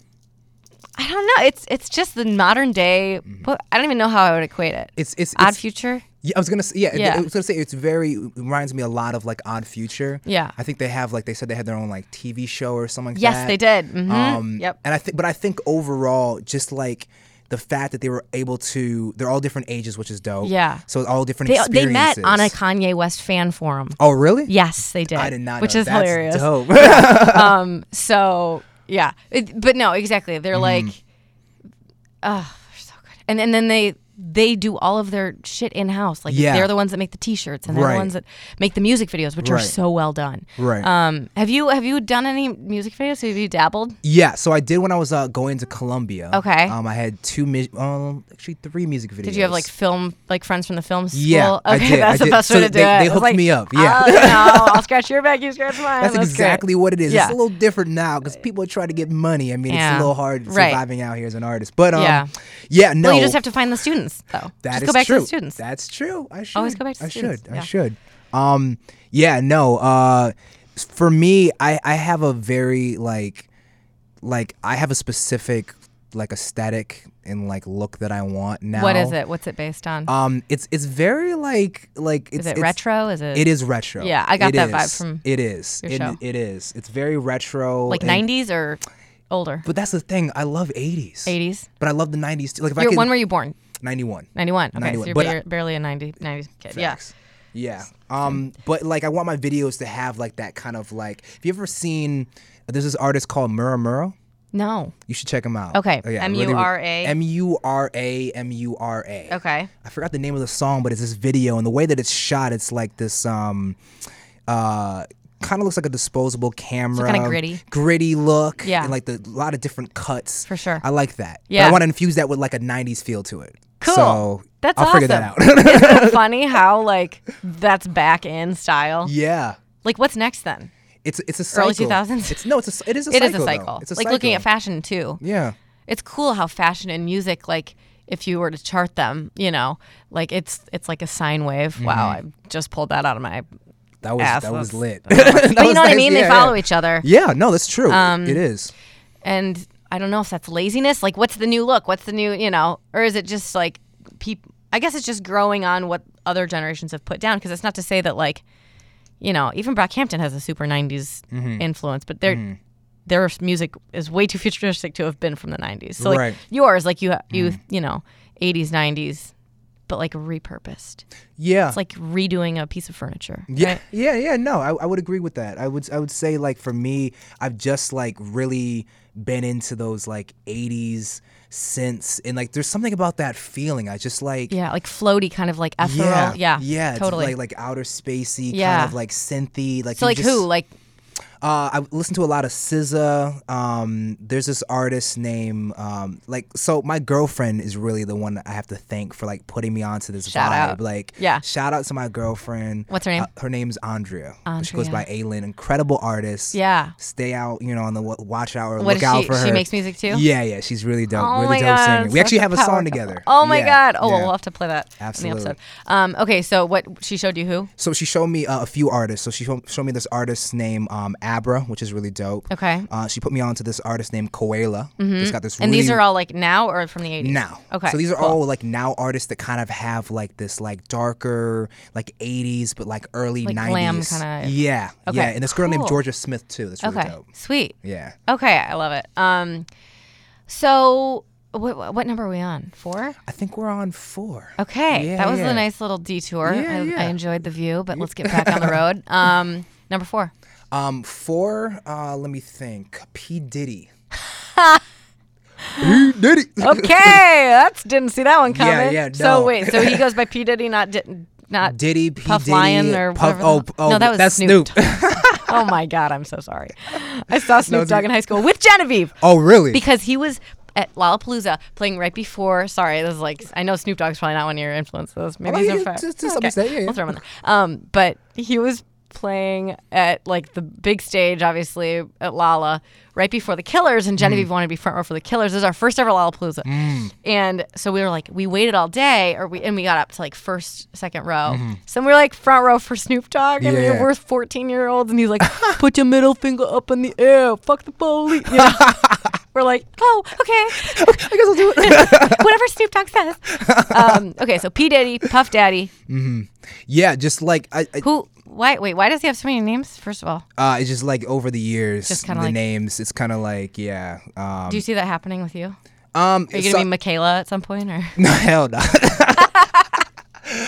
I don't know. It's it's just the modern day. what- I don't even know how I would equate it.
it's Mm-hmm. it's,
Odd
it's
Future.
yeah, I was gonna say yeah,
Yeah.
I was gonna say it's very it reminds me a lot of like Odd Future.
Yeah.
I think they have like they said they had their own like TV show or something. like
Yes,
that.
they did. hmm
Um,
yep.
And I think, but I think overall, just like the fact that they were able to, they're all different ages, which is dope.
Yeah.
So it's all different
They, they
experiences.
met on a Kanye West fan forum.
Oh, really?
Yes, they did.
I did not.
Which
know.
is
That's
hilarious.
Dope.
Um, so yeah, It- but no, exactly. They're
Mm-hmm.
like, oh, they're so good. And and then they they do all of their shit in house. Like
Yeah.
they're the ones that make the t-shirts and they're
Right.
the ones that make the music videos, which are
Right.
so well done.
Right.
Um, have you have you done any music videos? Have you dabbled?
yeah. So I did when I was uh, going to Colombia.
Okay.
Um, I had two, mu- um, actually three music videos.
Did you have like film, like friends from the film school?
Yeah,
okay,
I did,
that's
I
the
did.
best
So
way to do
they-
it.
they
It's
hooked
like,
me up, yeah.
"Oh,
<laughs>
no, I'll scratch your back, you scratch mine.
That's,
great.
exactly what it is.
Yeah.
It's a little different now because people are trying to get money. I mean, it's
Yeah.
a little hard
Right.
surviving out here as an artist. But um,
Yeah.
yeah, no.
Well, you just have to find the students. students, though.
That
Just
is
go back
true.
to the students.
That's true. I should.
Always go back to
I
students,
should. I
yeah.
should. Um, yeah, no. Uh, s- for me, I, I have a very like, like I have a specific like aesthetic and like look that I want now.
What is it? What's it based on?
Um, it's it's very like like it's,
is it
it's-
retro? Is it,
It is retro.
Yeah, I got
It
that vibe
is.
from
it is.
your
It-
show.
it is. It's very retro.
like
and-
90s or older?
But that's the thing. I love 80s.
80s?
But I love the 90s too. Like if I
You're,
could,
when were you born?
91.
91. Okay, so
91.
you're
But
bar- barely a 90, 90s kid.
Facts. Yeah. Um, but like I want my videos to have like that kind of like have you ever seen there's this artist called Mura
Yeah.
Mura?
No.
You should check him out.
Okay.
Oh, yeah, really-
M.U.R.A.?
M U R A M U R A.
Okay.
I forgot the name of the song, but it's this video and the way that it's shot, it's like this um uh kind of looks like a disposable camera.
kinda gritty.
Gritty look.
Yeah.
And like the lot of different cuts.
For sure.
I like that. But
Yeah.
I want to infuse that with like a nineties feel to it.
Cool.
So
That's
I'll figure that
awesome.
out. <laughs>
Isn't it funny how, like, that's back in style?
yeah.
Like, what's next then?
It's it's a cycle.
Early 2000s?
It's no, it's a it is a
It
cycle.
is a
though.
cycle.
It's a
like
cycle.
looking at fashion too.
Yeah.
It's cool how fashion and music, like if you were to chart them, you know, like it's it's like a sine wave. Wow,
Mm-hmm.
I just pulled that out of my.
That was
Ass,
<laughs> that was
that's-
lit.
But you know what I
<laughs>
mean? they follow Um, each other,
Yeah, no, that's true. it is.
and I don't know if that's laziness. Like, what's the new look? What's the new, you know, or is it just like people? I guess it's just growing on what other generations have put down. Because it's not to say that like, you know, even Brockhampton has a super '90s
Mm-hmm.
influence, but they're. their music is way too futuristic to have been from the 90s. So like
Right. Mm-hmm.
yours, like you ha- you you know 80s 90s, but like repurposed.
Yeah.
It's like redoing a piece of furniture.
yeah,
right?
yeah, yeah. No, I, I would agree with that. I would I would say like for me, I've just like really been into those like '80s synths and like there's something about that feeling. I just like
yeah, like floaty kind of like ethereal.
yeah,
Yeah,
yeah, it's
totally.
like like outer spacey kind
Yeah.
of like synthy. Like
so
you
like
just-
who like
Uh, I listen to a lot of SZA. Um, there's this artist named um, like so. My girlfriend is really the one that I have to thank for like putting me onto this
Shout
vibe.
out.
Like,
Yeah.
shout out to my girlfriend. Uh,
What's her name?
her name's Andrea. but She goes by
Andrea.
Aylin. Incredible artist.
Yeah.
Stay out, you know, on the wa- watch out or
What
look
is
out
she-
for her.
she makes music too?
Yeah, yeah. She's really dope.
oh
really
my
dope
god,
singer.
such
We actually
a
have a song
power
together.
couple. Oh my
Yeah,
god. Oh, well,
yeah.
we'll have to play that
Absolutely.
in the episode. Um, okay, so what she showed you who?
So she showed me uh, a few artists. So she showed, showed me this artist named um, Abra, which is really dope.
Okay.
Uh, she put me on to this artist named Koala. It's got this.
Mm-hmm. And
really
these are all like now or from the 80s?
now.
Okay.
So these are
cool.
all like now artists that kind of have like this like darker like 80s but like early
Like
90s.
glam kinda-
Yeah.
Okay,
Yeah. And this girl named
cool.
Georgia Smith too. That's really
Okay.
dope.
Sweet.
Yeah.
Okay, I love it. Um, so what what number are we on? Four.
I think we're on four.
Okay,
Yeah,
that was
yeah.
a nice little detour.
Yeah,
I,
yeah.
I enjoyed the view, but let's get back
<laughs>
on the road. Um, number four.
Um, four. Uh, let me think. P Diddy.
<laughs>
P Diddy.
Okay, that's didn't see that one coming.
yeah, no.
So wait, so
<laughs>
he goes by P Diddy, not Di- not
Diddy. P
Puff
Diddy.
Lion or
Puff,
whatever.
oh,
the-
oh,
no, that was
that's
Snoop. <laughs> oh my God, I'm so sorry. I <laughs> saw Snoop Dogg in high school with Genevieve.
Oh, really?
because he was at Lollapalooza playing right before. Sorry, this is like I know Snoop Dogg's probably not one of your influences. Maybe
Oh,
he's
yeah,
a fire.
to- to some extent, yeah, yeah.
We'll throw him in there.
<laughs>
Um, but he was playing at like the big stage, obviously at Lala, right before the Killers, and Genevieve
Mm.
wanted to be front row for the Killers. This is our first ever Lollapalooza, and so we were like, we waited all day, or we and we got up to like first, second row. So we were like front row for Snoop Dogg, and we
Mm-hmm. Yeah.
were 14 year olds, and he's
<laughs>
like, put your middle finger up in the air, fuck the police. You
<laughs>
know? We're like, oh, okay,
I guess I'll do it.
<laughs> whatever Snoop Dogg says. Um, okay, so P Diddy, Puff Daddy,
yeah, just like I, I
who? Why? Wait, why does he have so many names? First of all,
Uh, it's just like over the years,
Just
the
kinda like-
names. It's kind of like yeah. Um,
do you see that happening with you?
um,
Are you gonna
so- <laughs>
be Michaela at some point, or
no hell no. <laughs>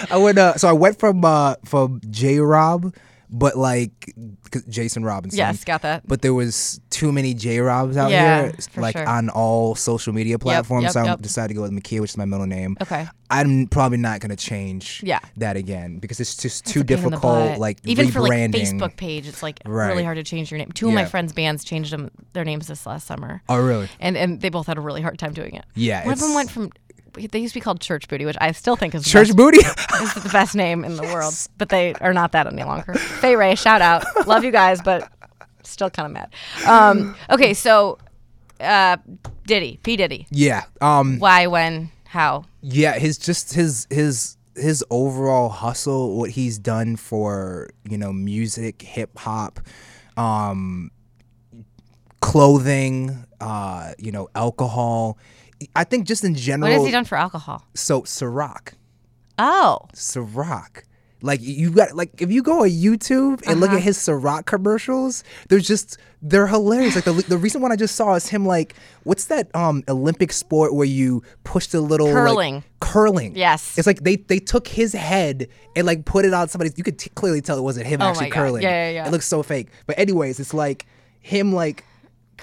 I went. Uh, so I went from uh, from J Rob, but like 'cause Jason Robinson.
yes, got that.
But there was too many J Robs out
Yeah,
here,
for
like
sure.
on all social media platforms.
yep,
so I
yep.
decided to go with Makia, which is my middle name.
Okay.
I'm probably not gonna change
Yeah.
that again because it's just too
a pain in the
difficult.
butt.
Like
even
rebranding.
for like Facebook page, it's like
Right.
really hard to change your name. Two of
Yeah.
my friends' bands changed them their names this last summer,
Oh really? <laughs>
and and they both had a really hard time doing it.
Yeah,
one of them
it's-
went from they used to be called Church Booty, which I still think is the
Church
best-
booty.
is the best name in the world, but they are not that any longer. Faye Ray, shout out. Love you guys, but still kind of mad. Um, okay, so uh, Diddy, P. Diddy.
yeah. Um.
Why, when, How?
yeah his just his his his overall hustle what he's done for you know music hip hop um clothing uh you know alcohol i think just in general
What has he done for alcohol?
so Ciroc
Oh,
Ciroc like you got like if you go on YouTube and look
Uh-huh.
at his Ciroc commercials, they're just they're hilarious. Like the the recent one I just saw is him like what's that um Olympic sport where you push the little like-
Curling.
curling.
Yes.
It's like they they took his head and like put it on somebody's. You could t- clearly tell it wasn't him
Oh my
actually
God.
curling.
Yeah, yeah, yeah.
It looks so fake. But anyways, it's like him like.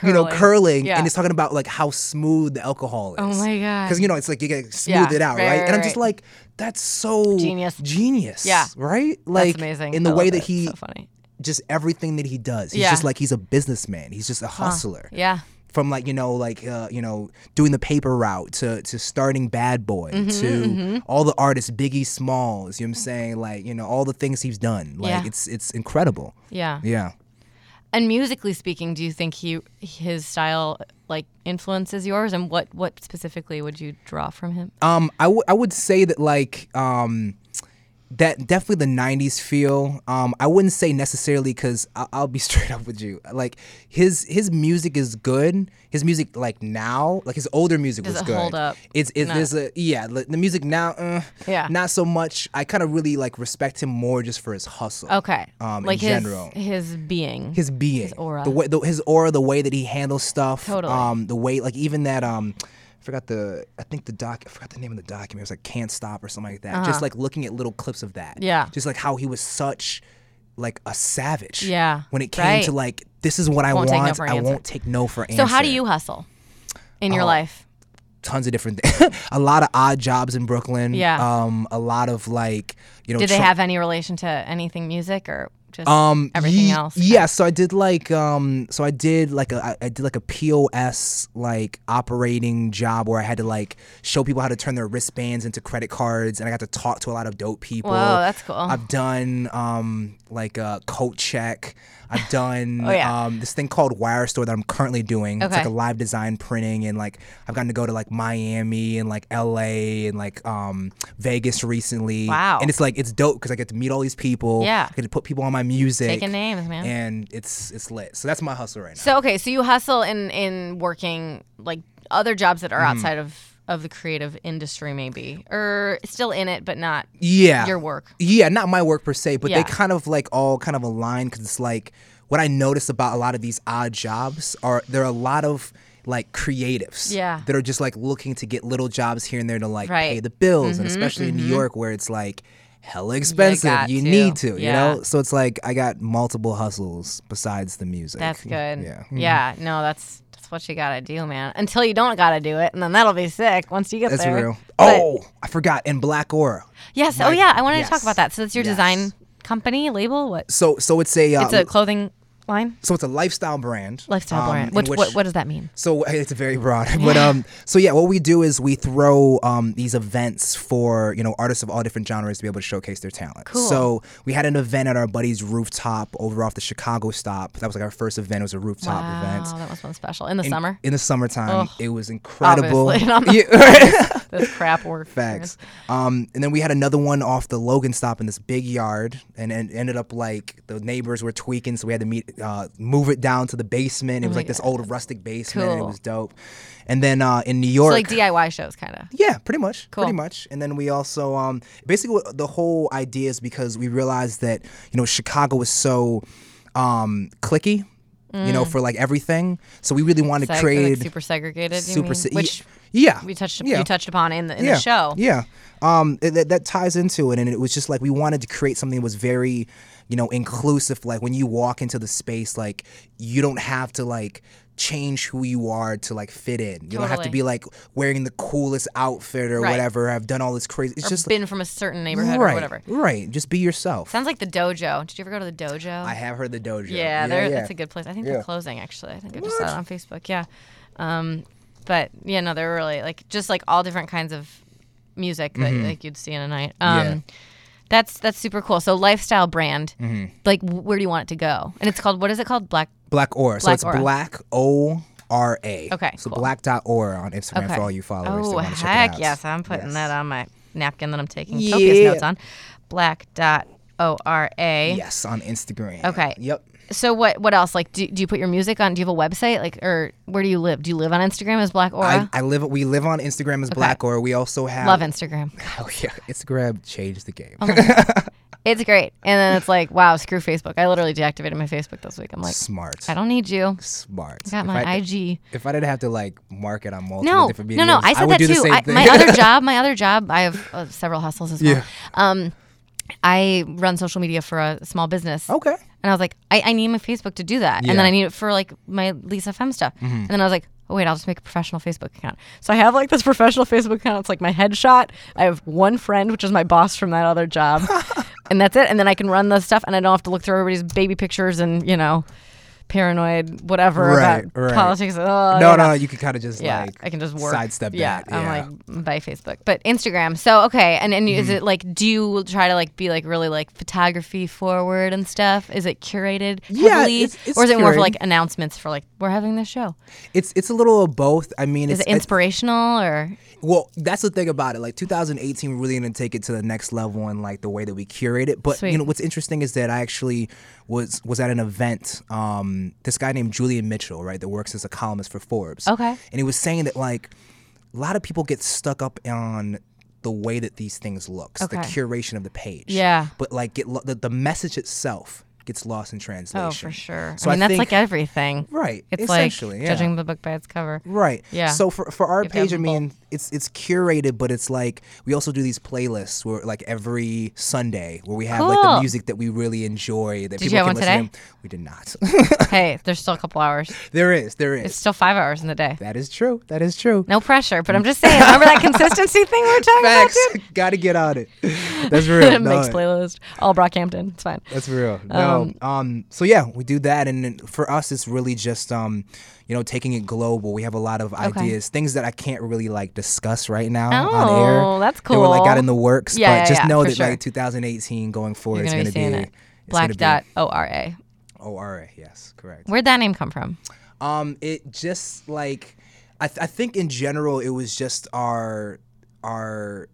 You know,
Curling.
curling,
Yeah.
and it's talking about like how smooth the alcohol is.
Oh my God.
Because you know, it's like you get smooth
Yeah.
it out,
Right,
right?
right,
And I'm just
right.
like, that's so
Genius.
genius.
Yeah.
right. Like
amazing.
in the
I
way
love
that
it.
he,
So funny.
just everything that he does, he's
Yeah.
just like he's a businessman. He's just a hustler
Yeah.
from like you know like uh, you know doing the paper route to to starting Bad Boy to all the artists Biggie Smalls. You know what I'm saying like you know all the things he's done. Like
Yeah.
it's it's incredible.
Yeah.
Yeah.
And musically speaking, do you think he his style like influences yours, and what what specifically would you draw from him?
Um, I would I would say that like um, that definitely the '90s feel. Um, I wouldn't say necessarily because I'll be <laughs> straight up with you. Like his his music is good. His music like now, like his older music
Does
was
it
good.
hold up?
It's it's
No.
there's a yeah the, the music now. Uh,
Yeah.
Not so much. I kind of really like respect him more just for his hustle.
Okay.
Um,
like
in
his
general
his being.
his being,
aura.
the way, the, his aura, the way that he handles stuff,
Totally.
um, the way, like even that, um, I forgot the, I think the doc, I forgot the name of the document. It was like "Can't Stop" or something like that. Just like looking at little clips of that.
Uh-huh. Yeah.
Just like how he was such, like a savage.
Yeah,
When it came
right.
to like, this is what I
Won't take no
want.
for an
I
answer.
won't take no for an
so how do
answer. Oh,
you hustle in your life?
Tons of different, <laughs> things. a lot of odd jobs in Brooklyn.
Yeah.
Um, a lot of like, you know.
Did they
try-
have any relation to anything music or just
um
everything
ye-
else?
yeah so i did like um so i did like a I- i did like a pos like operating job where i had to like show people how to turn their wristbands into credit cards and i got to talk to a lot of dope people
Whoa, that's cool.
i've done um like a coat check
<laughs>
i've done
Oh, yeah.
um this thing called wire store that i'm currently doing it's like
Okay.
a live design printing and like i've gotten to go to like miami and like la and like um vegas recently
Wow.
and it's like it's dope because i get to meet all these people
Yeah.
i get to put people on my music
Taking names, man.
and it's it's lit. So that's my hustle right now.
So okay, so you hustle in in working like other jobs that are
Mm-hmm.
outside of of the creative industry maybe or still in it but not
yeah,
your work.
Yeah, not my work per se, but
Yeah.
they kind of like all kind of align because it's like what I notice about a lot of these odd jobs are there are a lot of like creatives
Yeah.
that are just like looking to get little jobs here and there to like pay
Right. Mm-hmm,
the bills, and especially in New York where it's like hella expensive.
got
You,
to.
need
Yeah.
to, you know. So it's like I got multiple hustles besides the music.
That's good.
Yeah. mm-hmm.
Yeah, no, that's that's what you got to do, man. Until you don't got to do it and then that'll be sick once you get
That's
there.
real.
But-
Oh, I forgot. And Black Aura.
Yes. oh
Right.
yeah, I wanted to talk
Yes.
about that. So that's your
Yes.
design company label. What?
So so it's a uh,
It's a clothing line,
so it's a lifestyle brand.
lifestyle
um,
brand.
in
What,
which-
what what does that mean?
So <laughs> it's very broad, but um, so yeah, what we do is we throw um, these events for you know artists of all different genres to be able to showcase their talent.
Cool.
So we had an event at our buddy's rooftop over off the Chicago stop. That was like our first event. It was a rooftop
wow,
event
that was one special in the summer.
<laughs> in the summertime. It was incredible.
Obviously, not the-
<laughs> Yeah.
This crap work.
Facts. Um, and then we had another one off the Logan stop in this big yard, and, and ended up like the neighbors were tweaking, so we had to meet, uh, move it down to the basement. It was like this old rustic basement, and it
Oh Cool.
was dope. And then uh, in New York,
So like DIY shows, kind of.
yeah, pretty much. Pretty
Cool.
much. And then we also um basically what the whole idea is because we realized that, you know, Chicago was so um clicky, you know, for like everything. So we really wanted to
Seg-
create
Mm. like super segregated. you mean?
se-
which
yeah.
we touched
yeah.
you touched upon in the, in
yeah.
the show.
Yeah. Um it- that that ties into it and it was just like we wanted to create something that was very, you know, inclusive like when you walk into the space like you don't have to like change who you are to like fit in. You don't have to
Totally.
be like wearing the coolest outfit or
Right.
whatever. I've done all this crazy. It's just
Been from a certain neighborhood
right,
or whatever.
Right. Just be yourself.
Sounds like the dojo. Did you ever go to the dojo?
I have heard the dojo.
yeah, there
yeah.
that's a good place. I think they're
Yeah.
closing actually. I think I just saw it on Facebook. Yeah, um, but yeah, no, they're really like just like all different kinds of music that like you'd see in a night. Um,
Mm-hmm. Yeah.
That's that's super cool. So lifestyle brand,
Mm-hmm.
like wh- where do you want it to go? And it's called what is it called? Black
Black Aura. so
Black
it's
Aura.
black O R A.
Okay,
So
cool.
black dot aura on Instagram for all you followers.
Oh
that wanna check it
heck
out.
yes, I'm putting
Yes.
that on my napkin that I'm taking
Yeah.
copious notes on. Black dot O R A.
Yes, on Instagram.
Okay.
Yep.
So what what else? Like do, do you put your music on? Do you have a website? Like or where do you live? Do you live on Instagram as Black
I,
Aura?
I live. We live on Instagram as Black Aura. We also have
Love Oh Instagram.
<laughs> Oh yeah, Instagram changed the game. <laughs>
It's great. And then it's like, wow, screw Facebook. I literally deactivated my Facebook this week. I'm like,
Smart.
I don't need you.
Smart.
Got
If
my
I-
IG.
If I didn't have to like mark it on multiple
No,
different
no,
mediums,
no. I said
would
that
do the
too.
same
I,
thing.
my
<laughs>
other job, my other job. I have uh, several hustles as well.
Yeah.
Um, I run social media for a small business.
okay.
And I was like, I, I need my Facebook to do that. And
Yeah. Mm-hmm.
then I need it for like my Lisa Femme stuff. And then I was like, oh, wait, I'll just make a professional Facebook account. So I have like this <laughs> professional Facebook account. It's like my headshot. I have one friend, which is my boss from that other
<laughs>
job. and that's it. And then I can run the stuff and I don't have to look through everybody's baby pictures and, you know, paranoid whatever
Right,
about
right.
politics. Oh,
No,
you know.
no, you can kind of just
Yeah,
like
I can just work.
sidestep
yeah,
that. yeah. Mm-hmm.
I'm like by Facebook, but Instagram. So okay, and and is it like do you try to like be like really like photography forward and stuff? Is it curated
Yeah,
heavily,
it's- it's
or is it more for
curated.
like announcements for like we're having this show?
it's it's a little of both. I mean,
Is
it's
it inspirational or
Well, that's the thing about it. Like 2018, we're really gonna take it to the next level in like the way that we curate it. But
Sweet.
you know what's interesting is that I actually was was at an event. Um, this guy named Julian Mitchell, right, that works as a columnist for Forbes.
Okay.
and he was saying that like a lot of people get stuck up on the way that these things looks, the
Okay.
curation of the page.
Yeah.
but like get lo- the, the message itself gets lost in translation.
oh for sure?
So
I mean
I
that's like
think-
everything.
Right,
It's like
essentially, yeah.
judging the book by its cover.
Right.
Yeah.
So for for our
have to have
page, I
them both.
mean, it's it's curated, but it's like we also do these playlists where like every Sunday where we have like
Cool.
the music that we really enjoy that
Did you
people
have
can
one
listen
today?
to. We did not. <laughs>
hey, there's still a couple hours.
there is, there
It's
is.
still five hours in the day.
That is true. That is true.
No pressure, but I'm just saying. Remember
<laughs>
that consistency thing we were talking
Facts.
<laughs>
<laughs> Gotta get on it. That's real.
about? <laughs> Makes
No,
playlist. All Brockhampton. It's fine. <laughs>
That's real. No. Um, So yeah, we do that, and then for us, it's really just um, you know, taking it global. We have a lot of ideas, things that I can't really like discuss right now on air.
Oh, that's
They were like got
cool.
in the works,
Yeah,
but
yeah,
just
yeah,
know
for
that
sure.
like 2018 going forward
You're
is
gonna be
going to
seeing
be
it. Black
it's
dot
gonna
O R A.
Be, oh, all right. Yes, correct.
Where'd that name come from?
Um, it just like I, th- I think in general it was just our our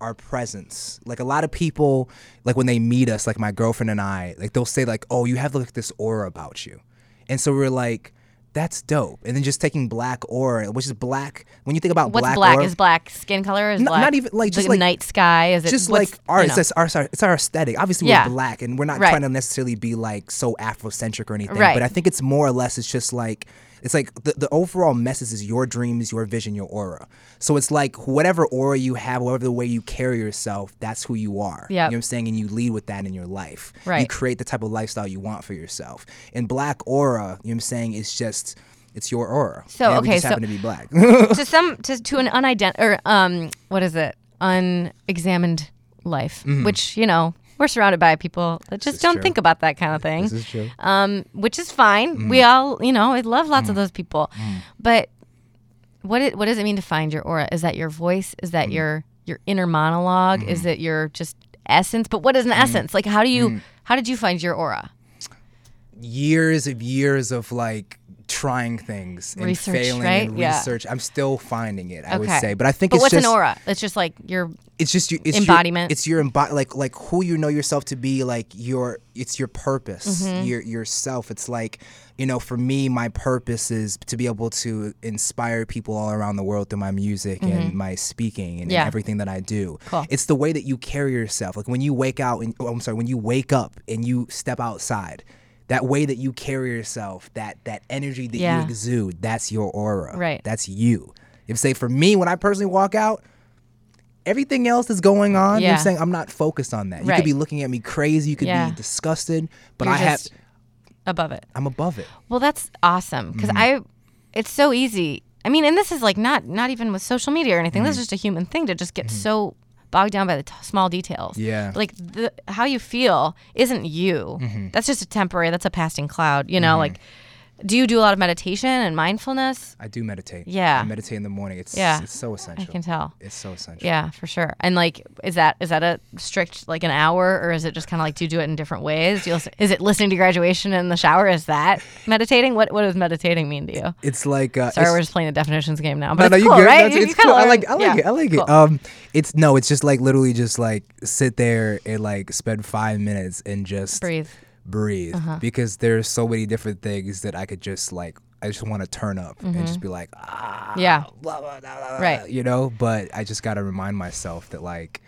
our presence. Like a lot of people, like when they meet us, like my girlfriend and I, like they'll say like, "Oh, you have like this aura about you," and so we're like. That's dope. And then just taking black aura, which is black. When you think about
What's black?
black, aura,
Is black skin color? Is
N-
black
not even, like, just
the
like-
night sky? Is it
just
what's-
like our,
you know.
it's, just our, it's our it's our aesthetic. Obviously,
Yeah.
we're black, and we're not
Right.
trying to necessarily be like so Afrocentric or anything.
Right.
But I think it's more or less it's just like it's like the, the overall message is your dreams, your vision, your aura. So it's like whatever aura you have, whatever the way you carry yourself, that's who you are. You know
Yep.
what I'm saying? And you lead with that in your life. You
Right.
create the type of lifestyle you want for yourself. And black aura, you know what I'm saying, is just it's your aura.
So,
And we
okay,
just
so-
happen to be black. <laughs>
to some to, to an unident or um what is it unexamined life, which you know we're surrounded by people that just don't
Mm-hmm. true.
think about that kind of thing.
is true. Mm.
Um, which is fine. We all you know I love lots of those people, but what it, what does it mean to find your aura? Is that your voice? Is
Mm.
that your your inner monolog Is it your just essence? But what is
Mm.
an essence? Like how do you how did you find your aura?
years of years of like trying things and
Research,
failing and
right? Yeah.
research. I'm still finding it, I would
Okay.
say. But I think
But
it's
what's
just
an aura? It's just like your
it's just your it's
Embodiment.
Your, it's your embod like like who you know yourself to be, like your it's your purpose,
Mm-hmm.
your yourself. It's like you know, for me, my purpose is to be able to inspire people all around the world through my music and my speaking and
Mm-hmm. Yeah.
everything that I do.
Cool.
It's the way that you carry yourself. Like when you wake out and oh, I'm sorry, when you wake up and you step outside. That way that you carry yourself, that that energy that
Yeah.
you exude, that's your aura.
Right.
That's you. If say for me, when I personally walk out, everything else that's going on,
Yeah.
you're saying I'm not focused on that. You
Right.
could be looking at me crazy, you could
Yeah.
be disgusted, but
You're
I have
just- above it.
I'm above it.
Well, that's awesome because I, it's so easy. I mean, and this is like not not even with social media or anything. This is just a human thing to just get so bogged down by the t- small details.
Yeah.
like the how you feel isn't you. That's just a temporary. That's a passing cloud. You know, like Do you do a lot of meditation and mindfulness?
I do meditate.
Yeah.
I meditate in the morning. It's
Yeah.
it's so
I
essential.
can tell.
It's so essential.
Yeah, for sure. And like, is that is that a strict like an hour, or is it just kind of like do you do it in different ways? Do you listen, is it listening to graduation in the shower? Is that meditating? What what does meditating mean to you?
It's like uh,
Sorry,
it's-
we're just playing the definitions game now.
No,
But
no,
it's
you
cool,
good.
right?
That's-
You-
it's
you kinda
cool. I
learn-
like, I like
yeah,
it. I like
cool.
it. Um, it's no, it's just like literally just like sit there and like spend five minutes and just
Breathe. Uh-huh.
breathe because there's so many different things that I could just like. I just want to turn up and
Mm-hmm.
just be like, ah,
Yeah.
blah, blah, blah, blah, blah,"
Right.
You know, but I just got to remind myself that like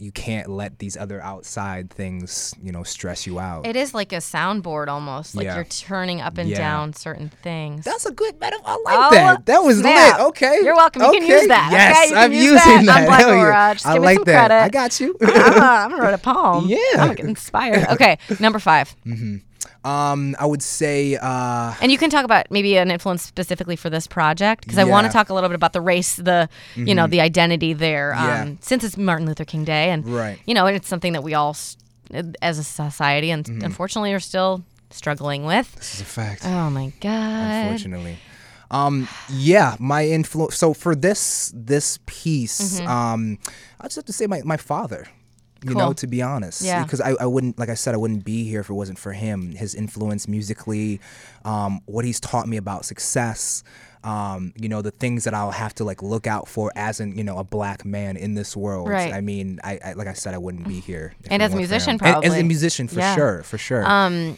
you can't let these other outside things, you know, stress you out.
It is like a soundboard almost. Like
Yeah.
you're turning up and
Yeah.
down certain things.
That's a good metaphor. I
Oh,
like that. That was
snap.
lit. Okay.
You're welcome. You can
Okay.
use that,
Yes,
okay? You can
I'm
use
using
that on
that.
Black
Hell yeah.
Aura. Just
I
give me
like
some
that. I
credit.
got you. <laughs>
I'm, uh, I'm gonna write a poem.
Yeah.
I'm getting inspired. Okay, number five.
um, I would say uh,
And you can talk about maybe an influence specifically for this project because I want to
Yeah. Mm-hmm.
talk a little bit about the race, the you know the identity there.
Yeah.
Um, Since it's Martin Luther King Day, and
Right.
you know, and it's something that we all, s- as a society, and unfortunately, are still struggling with.
Mm-hmm. this is a fact.
Oh my god.
unfortunately. Um, yeah, my influence. So for this this piece,
Mm-hmm.
um, I just have to say my my father. You know,
Cool.
to be honest,
Yeah.
because I, I wouldn't, like I said, I wouldn't be here if it wasn't for him. His influence musically, um, what he's taught me about success, um, you know, the things that I'll have to like look out for as an, you know, a black man in this world.
Right.
I mean, I, I like I said, I wouldn't be here. if
And
it
as a
weren't for
musician,
him. And as
probably.
a musician, for
Yeah. Um,
sure, for sure.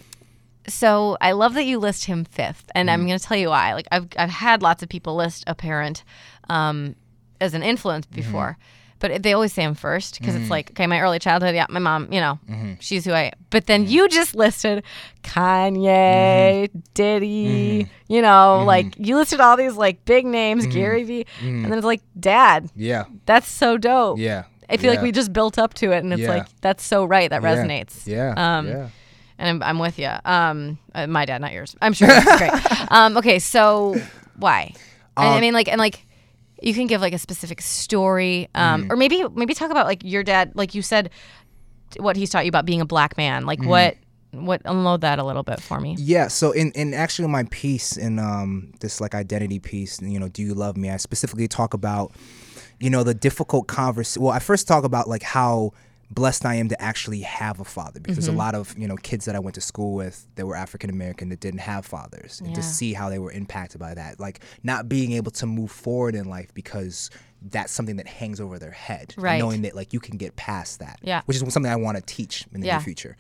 So I love that you list him fifth, and I'm going to tell you why. Like I've I've had lots of people list a parent um, as an influence before, but it- they always say him first because it's like okay, my early childhood, yeah, my mom, you know, she's who I. am. But then you just listed Kanye, Diddy, you know, like you listed all these like big names, Gary Vee, and then it's like Dad.
yeah,
That's so dope.
yeah.
I feel like
yeah,
we just built up to it, and it's
Yeah.
like that's so right. That
yeah,
resonates.
Yeah,
Um,
yeah.
And I'm, I'm with you. Um, uh, my dad, not yours. I'm sure. That's
<laughs>
great. Um, okay, so why? I,
Um,
I mean, like, and like, you can give like a specific story, um,
Mm.
or maybe maybe talk about like your dad, like you said, t- what he's taught you about being a black man. Like,
Mm.
what what unload that a little bit for me?
Yeah, so in, in actually my piece in um this like identity piece, you know, do you love me? I specifically talk about, you know, the difficult convers. Well, I first talk about like how blessed I am to actually have a father because
Mm-hmm.
there's a lot of you know kids that I went to school with that were African American that didn't have fathers, and to
Yeah.
see how they were impacted by that, like not being able to move forward in life because that's something that hangs over their head, and
Right.
knowing that like you can get past that,
Yeah.
which is something I want to teach in the
Yeah.
near future.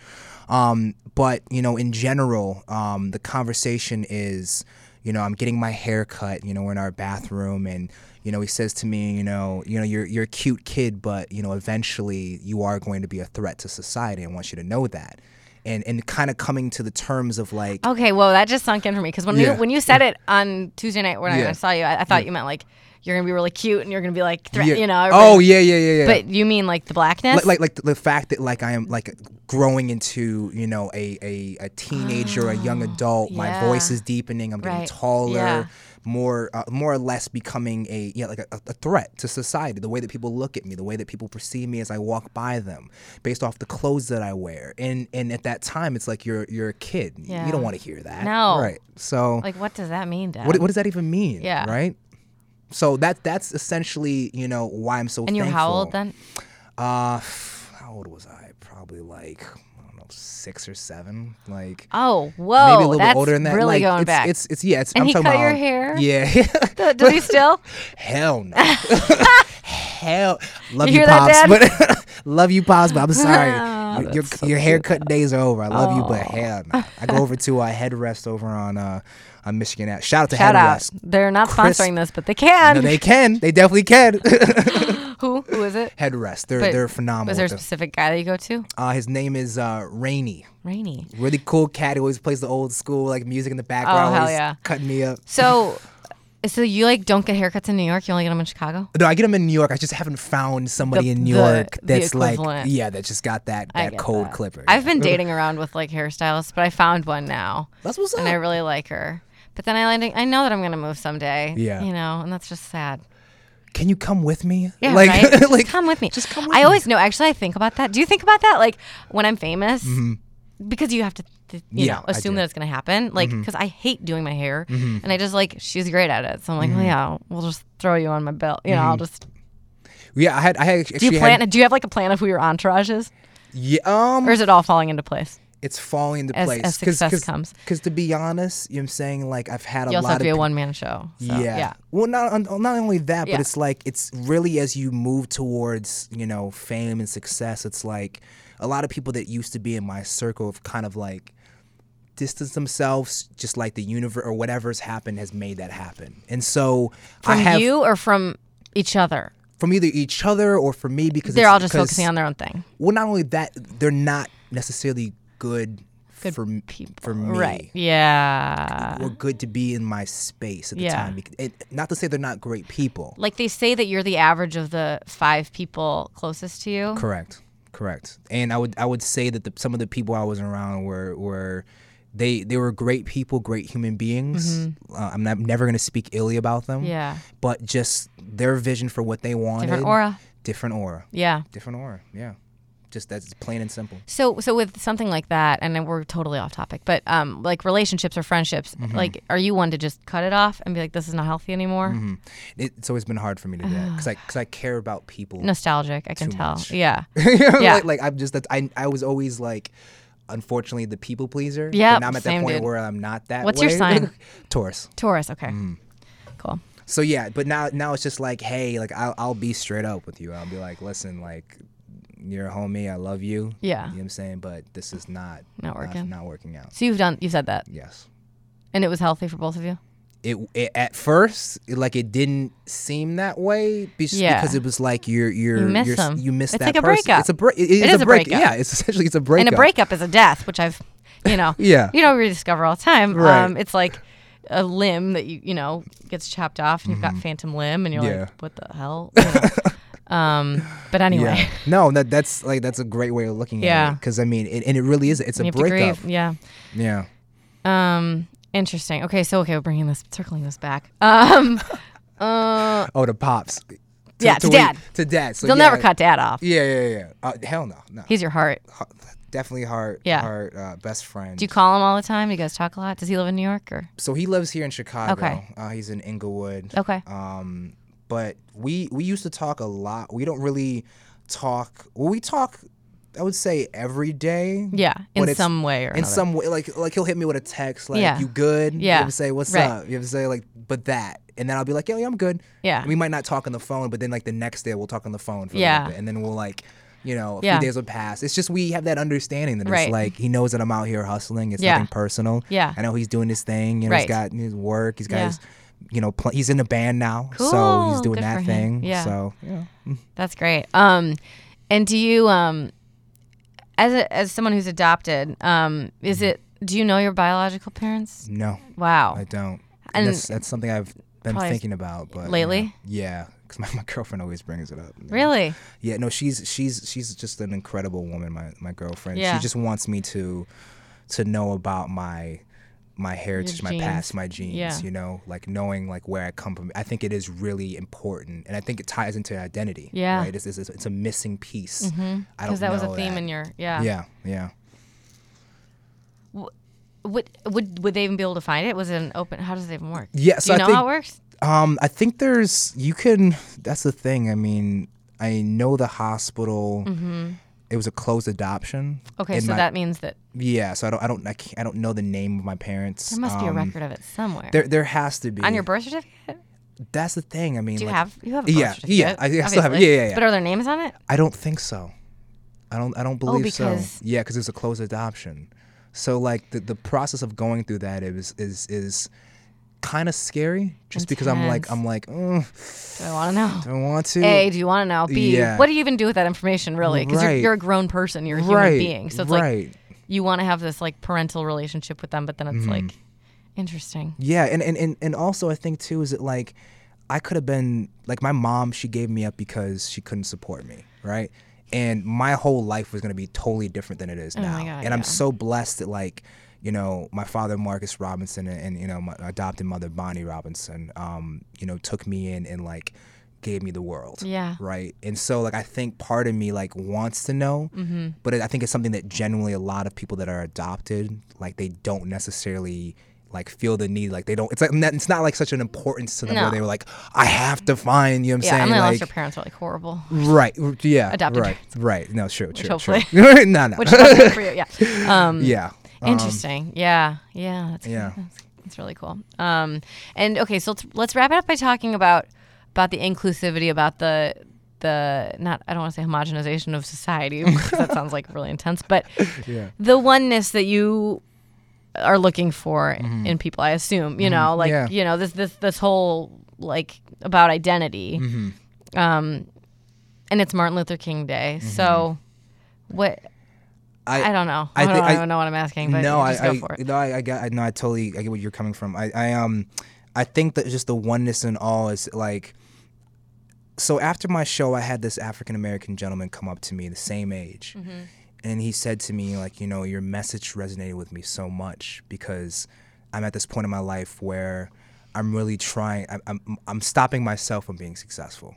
Um, but you know, in general, um, the conversation is, you know, I'm getting my hair cut. You know, we're in our bathroom, and you know, he says to me, you know, you know, you're you're a cute kid, but you know, eventually you are going to be a threat to society. I want you to know that, and and kind of coming to the terms of like,
Okay, well, that just sunk in for me because when
Yeah.
you when you said it on Tuesday night when I
Yeah.
saw you, I, I thought you meant like you're gonna be really cute and you're gonna be like, thre-
yeah.
you know,
oh
everybody-
yeah, yeah, yeah, yeah.
but you mean like the blackness,
like, like like the fact that like I am like growing into you know a a, a teenager, a young adult. My voice
Ah, yeah.
is deepening. I'm getting
Right.
taller,
Yeah.
more uh, more or less becoming a yeah like a, a threat to society. The way that people look at me, the way that people perceive me as I walk by them, based off the clothes that I wear. And and at that time, it's like you're you're a kid.
Yeah.
You don't want to hear that.
No.
Right. So
like what does that mean, Dad?
what, what does that even mean?
Yeah.
Right. So that that's essentially you know why I'm so.
and you're how
thankful.
old then?
Uh, <sighs> f- how old was I? Probably like I don't know, six or seven. Like
Oh, whoa!
maybe a little
that's
bit older than that.
Really
like,
going
it's,
back.
It's, it's yeah. It's
And
I'm
he
talking
cut
about,
your <laughs> hair?
Yeah.
<laughs> Th- Does
<laughs>
he still? <laughs>
Hell no. Hell, love
You
you,
hear that,
pops,
Dad?
but <laughs> love you,
<laughs>
pops, but I'm sorry.
Ah,
your your, your haircut days are over. I love you, but
Oh.
hell, no. I go over to uh, Headrest over on uh on Michigan. Ave. Shout out to
Shout out.
Headrest.
They're not
Crisp.
sponsoring this, but they can.
No, they can. They definitely can.
<laughs> who? Who is it?
Headrest. They're
But
they're phenomenal.
Was there a specific guy that you go to?
uh, his name is uh, Rainey.
Rainy.
really cool cat. He always plays the old school like music in the background.
Oh, hell
always
yeah.
cutting me up.
So, <laughs> so you like don't get haircuts in New York? You only get them in Chicago?
No, I get him in New York. I just haven't found somebody
The-
in New
the-
York
the
that's like
equivalent.
yeah, that just got that
I
that
get
cold
that.
clipper.
I've
<laughs>
been dating around with like hairstylists, but I found one now,
that's what's up.
and I really like her. But then I like, I know that I'm gonna move someday.
Yeah.
You know, and that's just sad.
Can you come with me?
Yeah,
like
right? Just
like
come with me.
just come with
I
me.
always know. Actually, I think about that. Do you think about that? Like when I'm famous, because you have to, th- you
Mm-hmm. Yeah,
know,
I
assume
do. Mm-hmm.
that it's going to happen. Like, because I hate doing my hair, and I just like she's great at it. So I'm like,
Mm-hmm.
well, yeah, we'll just throw you on my belt. You know, I'll just.
<laughs> Yeah, I had. I had actually
Do you
Mm-hmm. had-
plan? do you have like a plan of who your entourage is,
yeah, um,
or is it all falling into place?
it's falling into
as-
place
as success comes.
Because to be honest, you know, what I'm saying like I've had a
You also
lot
have to
of
be a
pe-
one man show. So,
yeah.
yeah.
Well, not on- not only that,
Yeah.
but it's like it's really as you move towards you know fame and success, it's like a lot of people that used to be in my circle have kind of like distanced themselves, just like the universe or whatever's happened has made that happen. And so I
From
have
you or from each other?
from either each other or from me because
They're
it's-
all just
'cause-
focusing on their own thing.
well, not only that, they're not necessarily good.
Good
for m-
people.
for me,
Right.
<laughs>
Yeah.
were good to be in my space at the
Yeah.
time. Bec- And not to say they're not great people.
Like they say that you're the average of the five people closest to you.
Correct. Correct. And I would I would say that the, some of the people I was around were were they they were great people, great human beings. Uh, I'm, not, never going to speak illy about them.
Mm-hmm. Yeah.
But just their vision for what they wanted.
aura.
Different aura.
Yeah.
Different aura. Yeah. Just that's plain and simple.
So so with something like that, and then we're totally off topic, but um, like relationships or friendships,
Mm-hmm.
like are you one to just cut it off and be like, this is not healthy anymore?
Mm-hmm. It, it's always been hard for me to do
<sighs>
that because I because I care about people. <laughs>
Nostalgic, I can
Too
tell.
much. <laughs>
Yeah. Yeah.
yeah. like, like I'm just that I I was always like unfortunately the people pleaser. but
Yep,
Now I'm at
same,
that point
dude.
where I'm not that
What's your
way.
sign?
<laughs> Taurus.
Taurus. Okay.
Mm.
Cool.
So yeah, but now now it's just like, hey, like I'll I'll be straight up with you. I'll be like, listen, like you're a homie, I love you.
Yeah.
You know what I'm saying? But this is not
Not working.
Not, working out.
So you've done you've said that,
Yes.
and it was healthy for both of you.
It, it at first it, like it didn't seem that way be-
Yeah.
because it was like you're you're you
miss
are
them.
you miss
It's
that
like a
person.
breakup.
It's a break. it
It
is,
is a
break.
breakup.
Yeah, it's essentially it's a breakup.
And a breakup is a death, which I've, you know,
<laughs> Yeah.
you know, we discover all the time.
Right.
Um, it's like a limb that you you know gets chopped off, and you've got phantom limb, and you're
Mm-hmm. Yeah.
like, what the hell? You
<laughs>
know? um, but anyway, <laughs>
Yeah. No, that that's like that's a great way of looking
Yeah.
at it. Because I mean, it, and it really is. It's
you
a
have to
breakup.
grieve. Yeah.
Yeah.
Um, interesting. Okay, so okay, we're bringing this, circling this back.
<laughs>
Um, uh,
Oh, the pops. To-
Yeah, to
when-
dad.
To dad. So
they'll
yeah,
never cut dad off.
Yeah, yeah, yeah. Uh, hell no, no.
He's your heart.
Heart- Definitely heart.
Yeah.
Heart uh, best friend.
Do you call him all the time? Do you guys talk a lot? Does he live in New York or?
so he lives here in Chicago.
Okay.
Uh, he's in Inglewood.
Okay.
Um, but we we used to talk a lot. We don't really talk. Well, we talk. I would say every day.
Yeah, in
but it's-
some way or
in
another.
some way like like he'll hit me with a text like
Yeah.
you good
Yeah.
you ever say what's
Right.
up you ever say like but that and then i'll be like yo yeah, i'm good
Yeah.
And we might not talk on the phone but then like the next day we'll talk on the phone for a
Yeah.
little bit and then we'll like you know a
Yeah.
few days will pass it's just we have that understanding that
Right.
it's like he knows that i'm out here hustling it's
Yeah.
nothing personal
Yeah.
i know he's doing his thing you know
Right.
he's got his work he's got
Yeah.
his you know pl- he's in a band now so
Cool.
he's doing
Good for
that
him.
thing
Yeah.
so yeah
That's great. Um, and do you, um, as a, as someone who's adopted, um, is it? Do you know your biological parents?
no
Wow.
Mm-hmm. Mm, I don't.
And-
And that's, that's something I've been
Probably-
thinking about, but you know,
Lately?
yeah, because my, my girlfriend always brings it up. you know.
really?
Yeah, no, she's she's she's just an incredible woman. My my girlfriend.
Yeah.
She just wants me to to know about my my heritage, my
genes.
past, my genes.
Yeah.
You know, like knowing like where I come from. I think it is really important, and I think it ties into identity.
Yeah.
Right. It's, it's, it's a missing piece. I don't
Because that was a
know
theme
that.
in uh, your yeah.
Yeah. Yeah.
Would, would would they even be able to find it? Was it an open? How does it even work?
Yeah,
do
so
you
I
know
think-
how it works?
Um, I think there's you can. That's the thing. I mean, I know the hospital.
Mm-hmm.
It was a closed adoption.
Okay,
and
so
my-
that means that
Yeah, so I don't, I don't, I, can't, I don't know the name of my parents.
there must be a
Um,
record of it somewhere
There, there has to be.
on your birth certificate.
That's the thing. I mean,
Do you
like,
have you have a birth
yeah,
certificate?
yeah, I, I still have it. Yeah,
obviously.
yeah, yeah.
But are their names on it?
I don't think so. I don't, I don't believe
Oh, because-
so. Yeah, because it was a closed adoption. So like the the process of going through that is is is kind of scary. Just because I'm like,
Intense.
I'm like, mm,
Do I want to know?
<laughs> do I want to?
A, do you want to know? B,
Yeah.
what do you even do with that information, really? Because you're,
Right.
you're a grown person, you're a human
right,
being. So it's like
right.
you want to have this like parental relationship with them, but then it's like
Mm-hmm.
interesting.
Yeah, and, and and and also I think too is it like I could have been like my mom she gave me up because she couldn't support me, right? And my whole life was going to be totally different than it is now.
Oh God,
and I'm
yeah.
so blessed that like you know my father Marcus Robinson and, and you know my adopted mother Bonnie Robinson um you know took me in and like gave me the world.
Yeah.
Right. And so like I think part of me like wants to know,
Mm-hmm.
but I think it's something that generally a lot of people that are adopted like they don't necessarily like feel the need like they don't it's like not- it's not like such an importance to them
No.
where they were like I have to find you know what I'm
Yeah,
saying
I'm gonna
like
your parents were like
<laughs>
horrible,
right r- yeah
Adopted
right right no sure true
hopefully-
true <laughs> no no
which is not good for you.
<laughs>
Yeah. Um,
yeah
Interesting. yeah. Yeah. That's
yeah.
That's, that's really cool. Um, and okay, so let's, let's wrap it up by talking about about the inclusivity, about the the not I don't want to say homogenization of
<laughs>
society because that sounds like really intense, but
Yeah.
the oneness that you are looking for in people. I assume you know, like
Mm-hmm. Yeah.
you know this this this whole like about identity.
Mm-hmm.
Um, and it's Martin Luther King Day, so what? I, don't know. I,
Mm-hmm.
don't
I thi- I-
even know what I'm asking, but
no,
you just
I,
go
I
for it.
no, I, I get, I, no, I totally, I get where you're coming from. I, I, um, I think that just the oneness and all is like. So after my show, I had this African American gentleman come up to me, the same age,
Mm-hmm.
and he said to me, like, you know, your message resonated with me so much because I'm at this point in my life where I'm really trying. I'm, I'm, I'm stopping myself from being successful.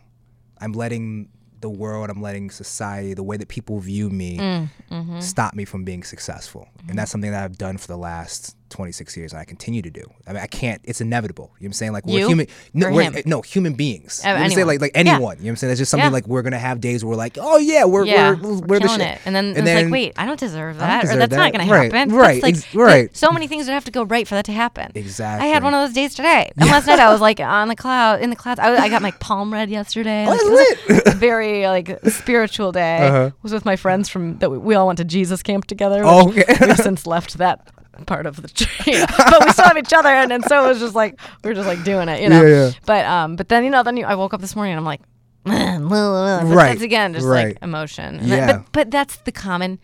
I'm letting the world, I'm letting society, the way that people view me,
Mm, mm-hmm.
stop me from being successful. And that's something that I've done for the last 26 years, and I continue to do. I mean, I can't. It's inevitable. You know what I'm saying? Like
You
we're human.
or
No, we're,
him?
eh, no, human beings.
Uh,
you know what I'm saying?
anyone.
Like like
Yeah.
anyone. You know what I'm saying? That's just something
Yeah.
like we're gonna have days where we're like, oh yeah, we're
yeah,
we're, we're, the
killing
shit.
it. And then it's like, wait, I don't deserve
don't
that, or
deserve
that's not
that.
going
Right,
to happen.
right,
That's like,
ex- right.
So many things would have to go right for that to happen. I had
Exactly.
one of those days
<laughs>
today. And last night I was like on the cloud, in the clouds. I, was- I got my palm read yesterday. Like,
Oh, that's Uh-huh.
it was
<laughs>
a very like spiritual day. Was with my friends from that we, we all went to Jesus camp together. which
Oh, okay.
We've since left that part of the <laughs> tree, but we still have each other, and, and so it was just like we were just like doing it, you know.
Yeah, yeah.
But um, but then you know, then you, I woke up this morning and I'm like. <laughs> But
Right,
That's again just
right.
like emotion. And
Yeah. Mm-hmm.
that- but but that's the common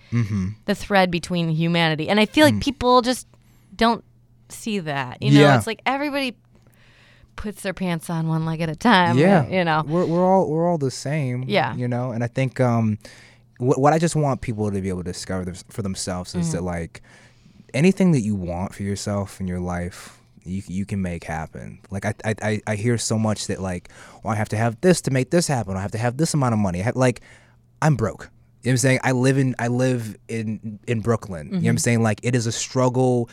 the thread between humanity, and I feel like people just don't see that. You know,
Mm. Yeah.
it's like everybody puts their pants on one leg at a time.
yeah,
You know.
we're we're all we're all the same.
Yeah.
you know. And I think um, what what I just want people to be able to discover them, for themselves is
Mm-hmm.
that like anything that you want for yourself in your life. You, you can make happen. Like I, I- I I hear so much that like, well, I have to have this to make this happen. I have to have this amount of money. I have, like, I'm broke. You know what I'm saying? I live in I live in in Brooklyn. You know what
Mm-hmm.
I'm saying? Like it is a struggle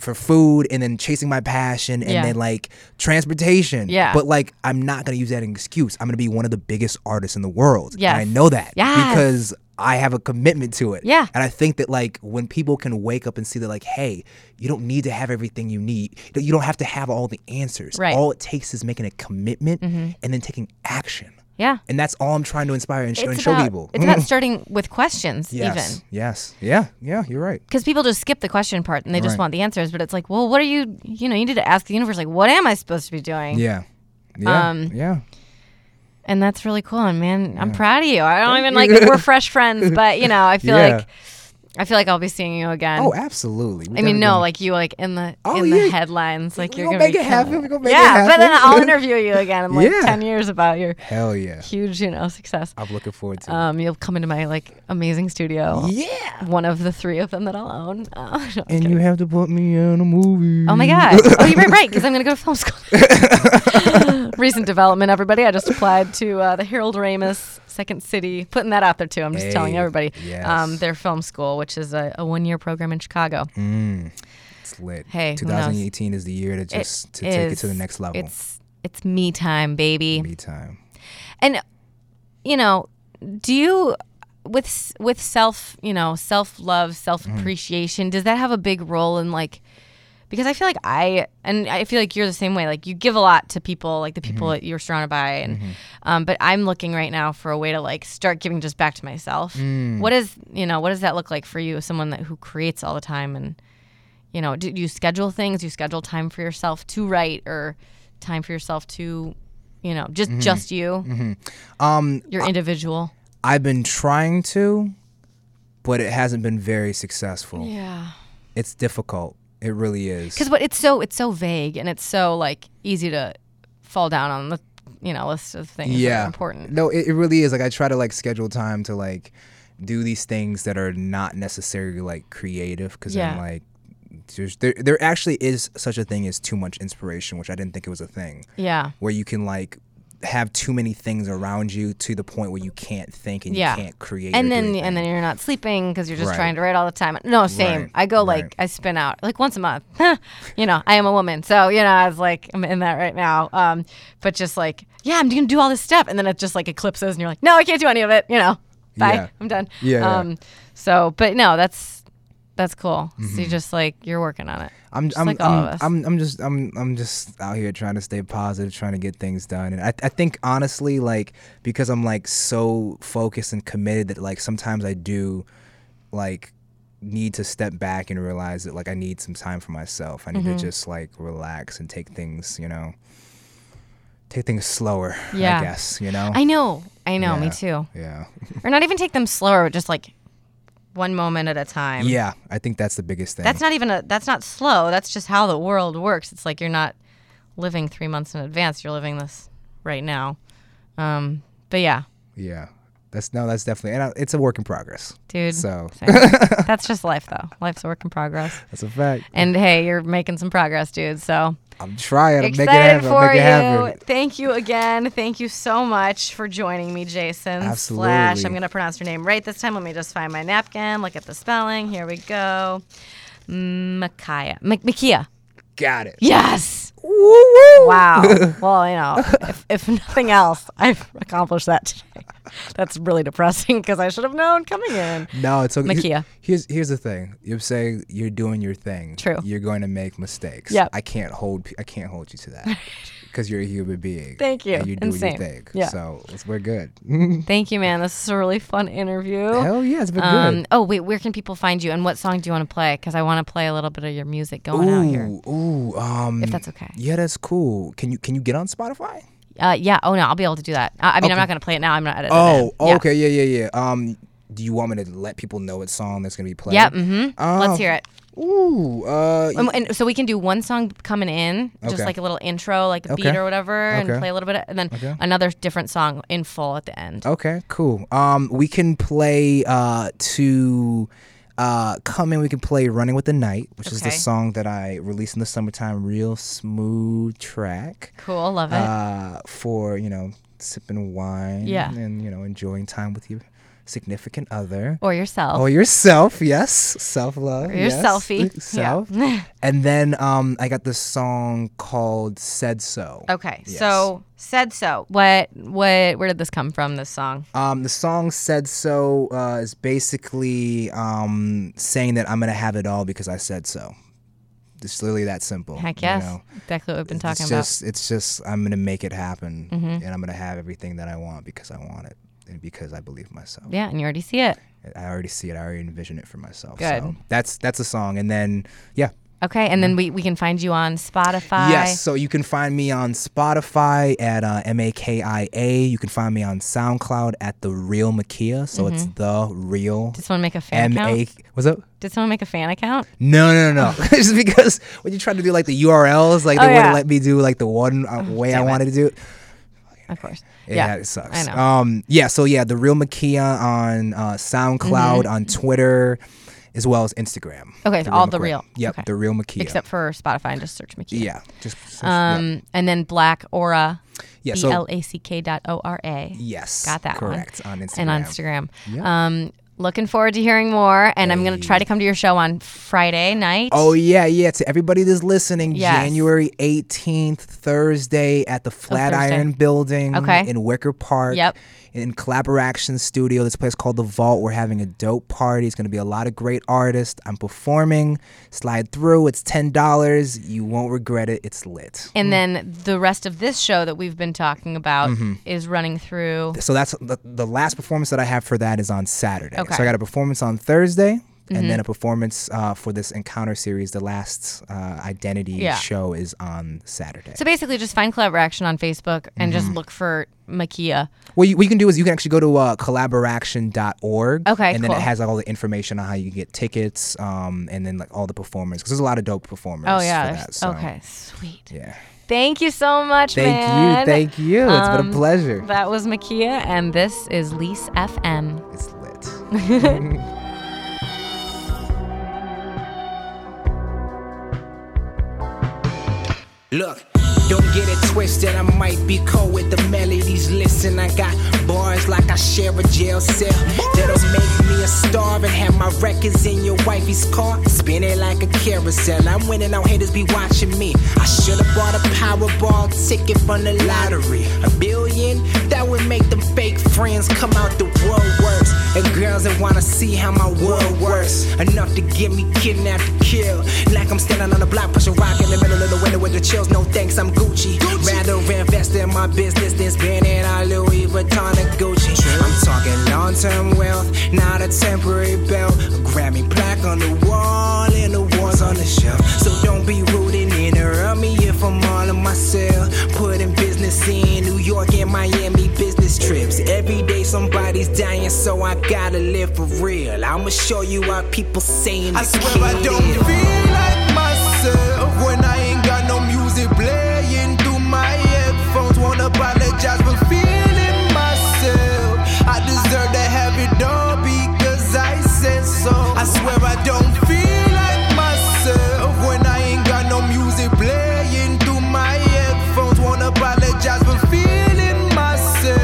for food and then chasing my passion and
Yeah.
then like transportation.
Yeah.
But like I'm not gonna use that as an excuse. I'm gonna be one of the biggest artists in the world. Yeah.
Yes.
And I know that.
Yes.
Because I have a commitment to it.
Yeah.
And I think that like when people can wake up and see that like, hey, you don't need to have everything you need. That You don't have to have all the answers.
Right. Mm-hmm.
All it takes is making a commitment and then taking action.
Yeah.
And that's all I'm trying to inspire and, sh- and
It's
show
about,
people. Mm-hmm.
it's
<laughs>
about starting with questions,
yes.
even.
Yes. Yeah. Yeah. You're right.
because people just skip the question part and they just
Right.
want the answers. But it's like, well, what are you? You know, you need to ask the universe, like, what am I supposed to be doing?
Yeah. Yeah.
Um,
yeah.
And that's really cool. And man, I'm proud of you. I don't even like
<laughs>
we're fresh friends, but you know, I feel
Yeah.
like I feel like I'll be seeing you again.
Oh, absolutely. We
I mean,
definitely
no,
gonna-
like you, like in the
Oh,
in the
yeah.
headlines, like
We
you're
gonna
gonna be
make it
killing
happen. We gonna make it
yeah, but then
<laughs>
I'll
happen.
interview you again in like
Yeah.
ten years about your
Hell yeah.
huge, you know, success.
I'm looking forward to it.
Um, you'll come into my like amazing studio.
yeah.
One of the three of them that I'll own. <laughs> Oh, no, I'm just
And
kidding.
you have to put me in a movie.
Oh my god! Oh, you're right, right? Because I'm gonna go to
<laughs>
film school. <laughs> Recent development, everybody. I just applied to uh, the Harold Ramis Second City. Putting that out there too. I'm just telling
Hey,
everybody. Um,
yes. Mm.
their film school, which is a, a one year program in Chicago.
It's lit.
Hey, who knows?
2018 is the year to just to take it to the
is-
next level.
It's it's me time, baby.
me time.
And you know, do you with s- with self, you know, self love, self appreciation, does that have a big role in like because I feel like I and I feel like you're the same way. Like you give a lot to people, like the people that you're surrounded by, and um, but I'm looking right now for a way to like start giving just back to myself. What is you know what does that look like for you? as Someone that who creates all the time and you know do, do you schedule things? Do you schedule time for yourself to write or time for yourself to you know just just you?
Um,
You're individual.
I've been trying to, but it hasn't been very successful.
Yeah.
It's difficult. It really is.
Because what it's so it's so vague and it's so like easy to fall down on the you know list of things that are important.
No, it, it really is. Like I try to like schedule time to like do these things that are not necessarily like creative because
Yeah.
I'm like there's, there there actually is such a thing as too much inspiration, which I didn't think it was a thing.
Yeah.
Where you can like have too many things around you to the point where you can't think and
Yeah.
you can't create.
and
or do
then
anything.
and then you're not sleeping because you're just
Right.
trying to write all the time. No, same.
Right,
I go
right.
like I spin out like once a month. <laughs> you know, I am a woman, so you know I was like I'm in that right now. Um, but just like yeah, I'm gonna do all this stuff, and then it just like eclipses, and you're like, no, I can't do any of it. You know, bye,
Yeah.
I'm done.
Yeah, yeah.
Um, so but no, that's that's cool.
Mm-hmm.
So you just like you're working on it.
I'm
just
I'm,
like all
I'm,
of us.
I'm I'm just I'm I'm just out here trying to stay positive, trying to get things done. And I I think honestly like because I'm like so focused and committed that like sometimes I do like need to step back and realize that like I need some time for myself. I need
Mm-hmm.
to just like relax and take things, you know, take things slower,
Yeah.
I guess, you know.
<laughs> I know, I know, me
Yeah.
too. <laughs>
yeah.
Or not even take them slower, but just like one moment at a time.
yeah, I think that's the biggest thing.
That's not even a. That's not slow. That's just how the world works. It's like you're not living three months in advance. You're living this right now. Um, but yeah,
yeah. That's no, that's definitely and I, it's a work in progress.
dude.
So,
same.
<laughs>
that's just life, though. Life's a work in progress.
that's a fact.
And hey, you're making some progress, dude. So
I'm trying to make it
excited
happen. I'll
for
make it
you.
happen.
Thank you again. Thank you so much for joining me, Jason. Slash,
Absolutely.
I'm gonna pronounce your name right this time. Let me just find my napkin. Look at the spelling. Here we go. Micaiah. M- Mikia.
Got it.
Yes.
Woo-woo. <laughs>
Wow. well, you know, if, if nothing else, I've accomplished that today. That's really depressing because I should have known coming in.
No, it's okay.
Makia.
Here's here's the thing. You're saying you're doing your thing.
True.
You're going to make mistakes.
Yep.
I can't hold pe- I can't hold you
<laughs>
to that because you're a human being.
Thank you.
And you're doing
Insane.
your thing.
Yeah.
So it's- we're good.
Thank you, man. This is a really fun interview.
Hell yeah, it's been
Um, oh, wait, where can people find you and what song do you want to play? Because I want to play a little bit of your music
good.
going out here.
Ooh, ooh. Um,
If that's okay.
Yeah, that's cool. Can you can you get on Spotify?
Uh, yeah. Oh, no, I'll be able to do that. I, I mean, I'm not going to play it now. I'm not editing
Oh,
it. Yeah.
okay. Yeah, yeah, yeah. Um, do you want me to let people know what song that's gonna be played?
Yep. Mm-hmm. Let's
Oh.
hear it.
Ooh. Uh,
Um, and so we can do one song coming in, just
Okay.
like a little intro, like the beat
Okay.
or whatever, and
Okay. Uh,
play a little bit, and then another different song in full at the end.
Okay, cool. Um, we can play uh to uh come in. We can play "Running with the Night," which is the
Okay.
song that I released in the summertime. Real smooth track.
Cool, love it.
Uh, for you know sipping wine.
Yeah.
and you know enjoying time with your significant other.
or yourself.
Or yourself, yes, self love.
your selfie. Yeah. <laughs>
self. and then um, I got this song called "Said So."
okay, so said so. What what where did this come from? This song.
Um, the song "Said So" uh, is basically um, saying that I'm gonna have it all because I said so. It's literally that simple.
Heck
you
yes,
know?
exactly what we've been talking Mm-hmm.
it's just, It's just I'm gonna make it happen, and I'm gonna have everything that I want because I want it and because I believe in myself.
about. Yeah, and you already see it.
I already see it. I already envision it for myself.
Good.
So that's that's a song, and then yeah,
Okay, and then we, we can find you on Spotify.
Yes, so you can find me on Spotify at uh, M A K I A. You can find me on SoundCloud at the Real Makia. So it's
Mm-hmm.
the Real
Did someone make a fan
M
account?
A. What's up?
Did someone make a fan account?
No, no, no. no. <laughs> Just because when you try to do like the URLs, like
Oh,
they
yeah. Oh,
wouldn't let me do like the one uh, way I
damn it.
wanted to do it.
Of course.
Yeah,
Yeah.
it sucks.
I know.
Um, yeah, so yeah, the Real Makia on uh, SoundCloud,
Mm-hmm.
on Twitter, as well as Instagram.
Okay, so all the real.
Yep,
Okay.
the Real Makia.
Except for Spotify and just search Mickey.
yeah, just yeah.
Um, and then Black Aura.
Yeah,
B
so-
E L A C K dot O R A.
Yes,
Got that one.
correct on Instagram.
and on Instagram.
Yeah.
Um, looking forward to hearing more, and I'm gonna try to come to your show on Friday night.
Oh yeah, yeah. To everybody that's listening,
Yes. Oh,
January eighteenth, Thursday at the Flatiron Building
Okay.
in Wicker Park.
Yep.
In Collaboration Studio, this place called The Vault. We're having a dope party. It's gonna be a lot of great artists. I'm performing. Slide through. It's ten dollars. You won't regret it. It's lit.
And then the rest of this show that we've been talking about
Mm-hmm.
is running through.
So that's the, the last performance that I have for that is on Saturday.
Okay. Mm-hmm.
So I got a performance on Thursday. And then a performance uh, for this encounter series. The last uh, identity
Yeah.
show is on Saturday.
So basically, just find Collaboration on Facebook and
Mm-hmm.
just look for Makia.
What you, what you can do is you can actually go to uh, collaboration.org.
Okay,
And then
cool.
it has like, all the information on how you can get tickets um, and then like all the performers. Because there's a lot of dope performers.
Oh yeah,
For
there's-
that, so,
okay, sweet.
Yeah.
Thank you so much,
Thank
man.
you. Thank you. It's been
Um,
a pleasure.
That was Makia, and this is Lise FM.
It's lit.
<laughs> Look, Don't get it twisted, I might be cold with the melodies. Listen, I got bars like I share a jail cell. That'll make me a star and have my records in your wifey's car. Spin it like a carousel. I'm winning out, haters be watching me. I should've bought a Powerball ticket from the lottery. A billion? That would make them fake friends come out the woodworks. And girls that wanna see how my world works. Enough to get me kidnapped to kill. Like I'm standing on the block, pushing rock in the middle of the window with the chills. No thanks, I'm Gucci. Rather invest in my business than spending on Louis Vuitton and Gucci. I'm talking long term wealth, not a temporary belt. A Grammy plaque on the wall and awards on the shelf. So don't be rooting in her on me if I'm all on myself. Putting business in New York and Miami business trips. Every day somebody's dying, so I gotta live for real. I'ma show you why people saying
I
they
swear I
can't
don't
live.
feel like myself when I ain't got no music playing through my headphones. Won't apologize for feeling myself. I deserve to have it all because I said so. I swear I don't feel like myself when I ain't got no music playing through my headphones. Won't apologize for feeling myself.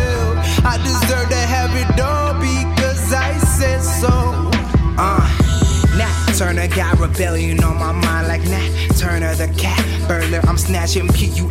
I deserve to have it all because I said so.
Uh, Nat Turner got rebellion on my mind like Nat Turner the cat burglar. I'm snatching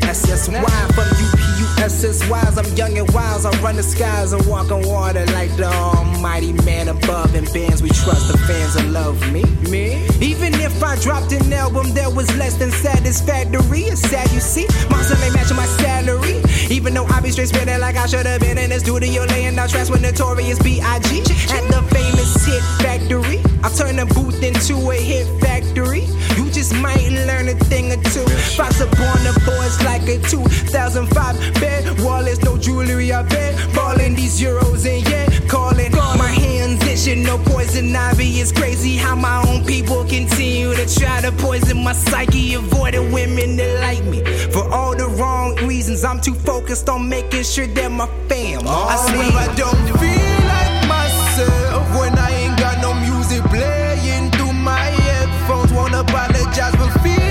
P-U-S-S-Y from you P-U-S-S-Ys. I'm young and wise. I run the skies and walk on water like the almighty man above. And bands we trust, the fans will love me. Me? Even if I dropped an album that was less than satisfactory, it's sad you see. My son ain't matching my salary. Even though I be straight spinning like I should have been in the studio laying out tracks with Notorious B.I.G. At the famous hit factory. I turn a booth into a hit factory. You just might learn a thing or two. Spots up on the boards like a 2005 bed. Wallets, no jewelry, I bet. Ballin' these euros and yeah, calling my hands itching. No poison ivy. It's crazy how my own people continue to try to poison my psyche. Avoiding women that like me for all the wrong reasons. I'm too focused on making sure that my fam.
I
I
swear I don't feel like myself when I ain't got no music playing through my headphones. Won't apologize for feeling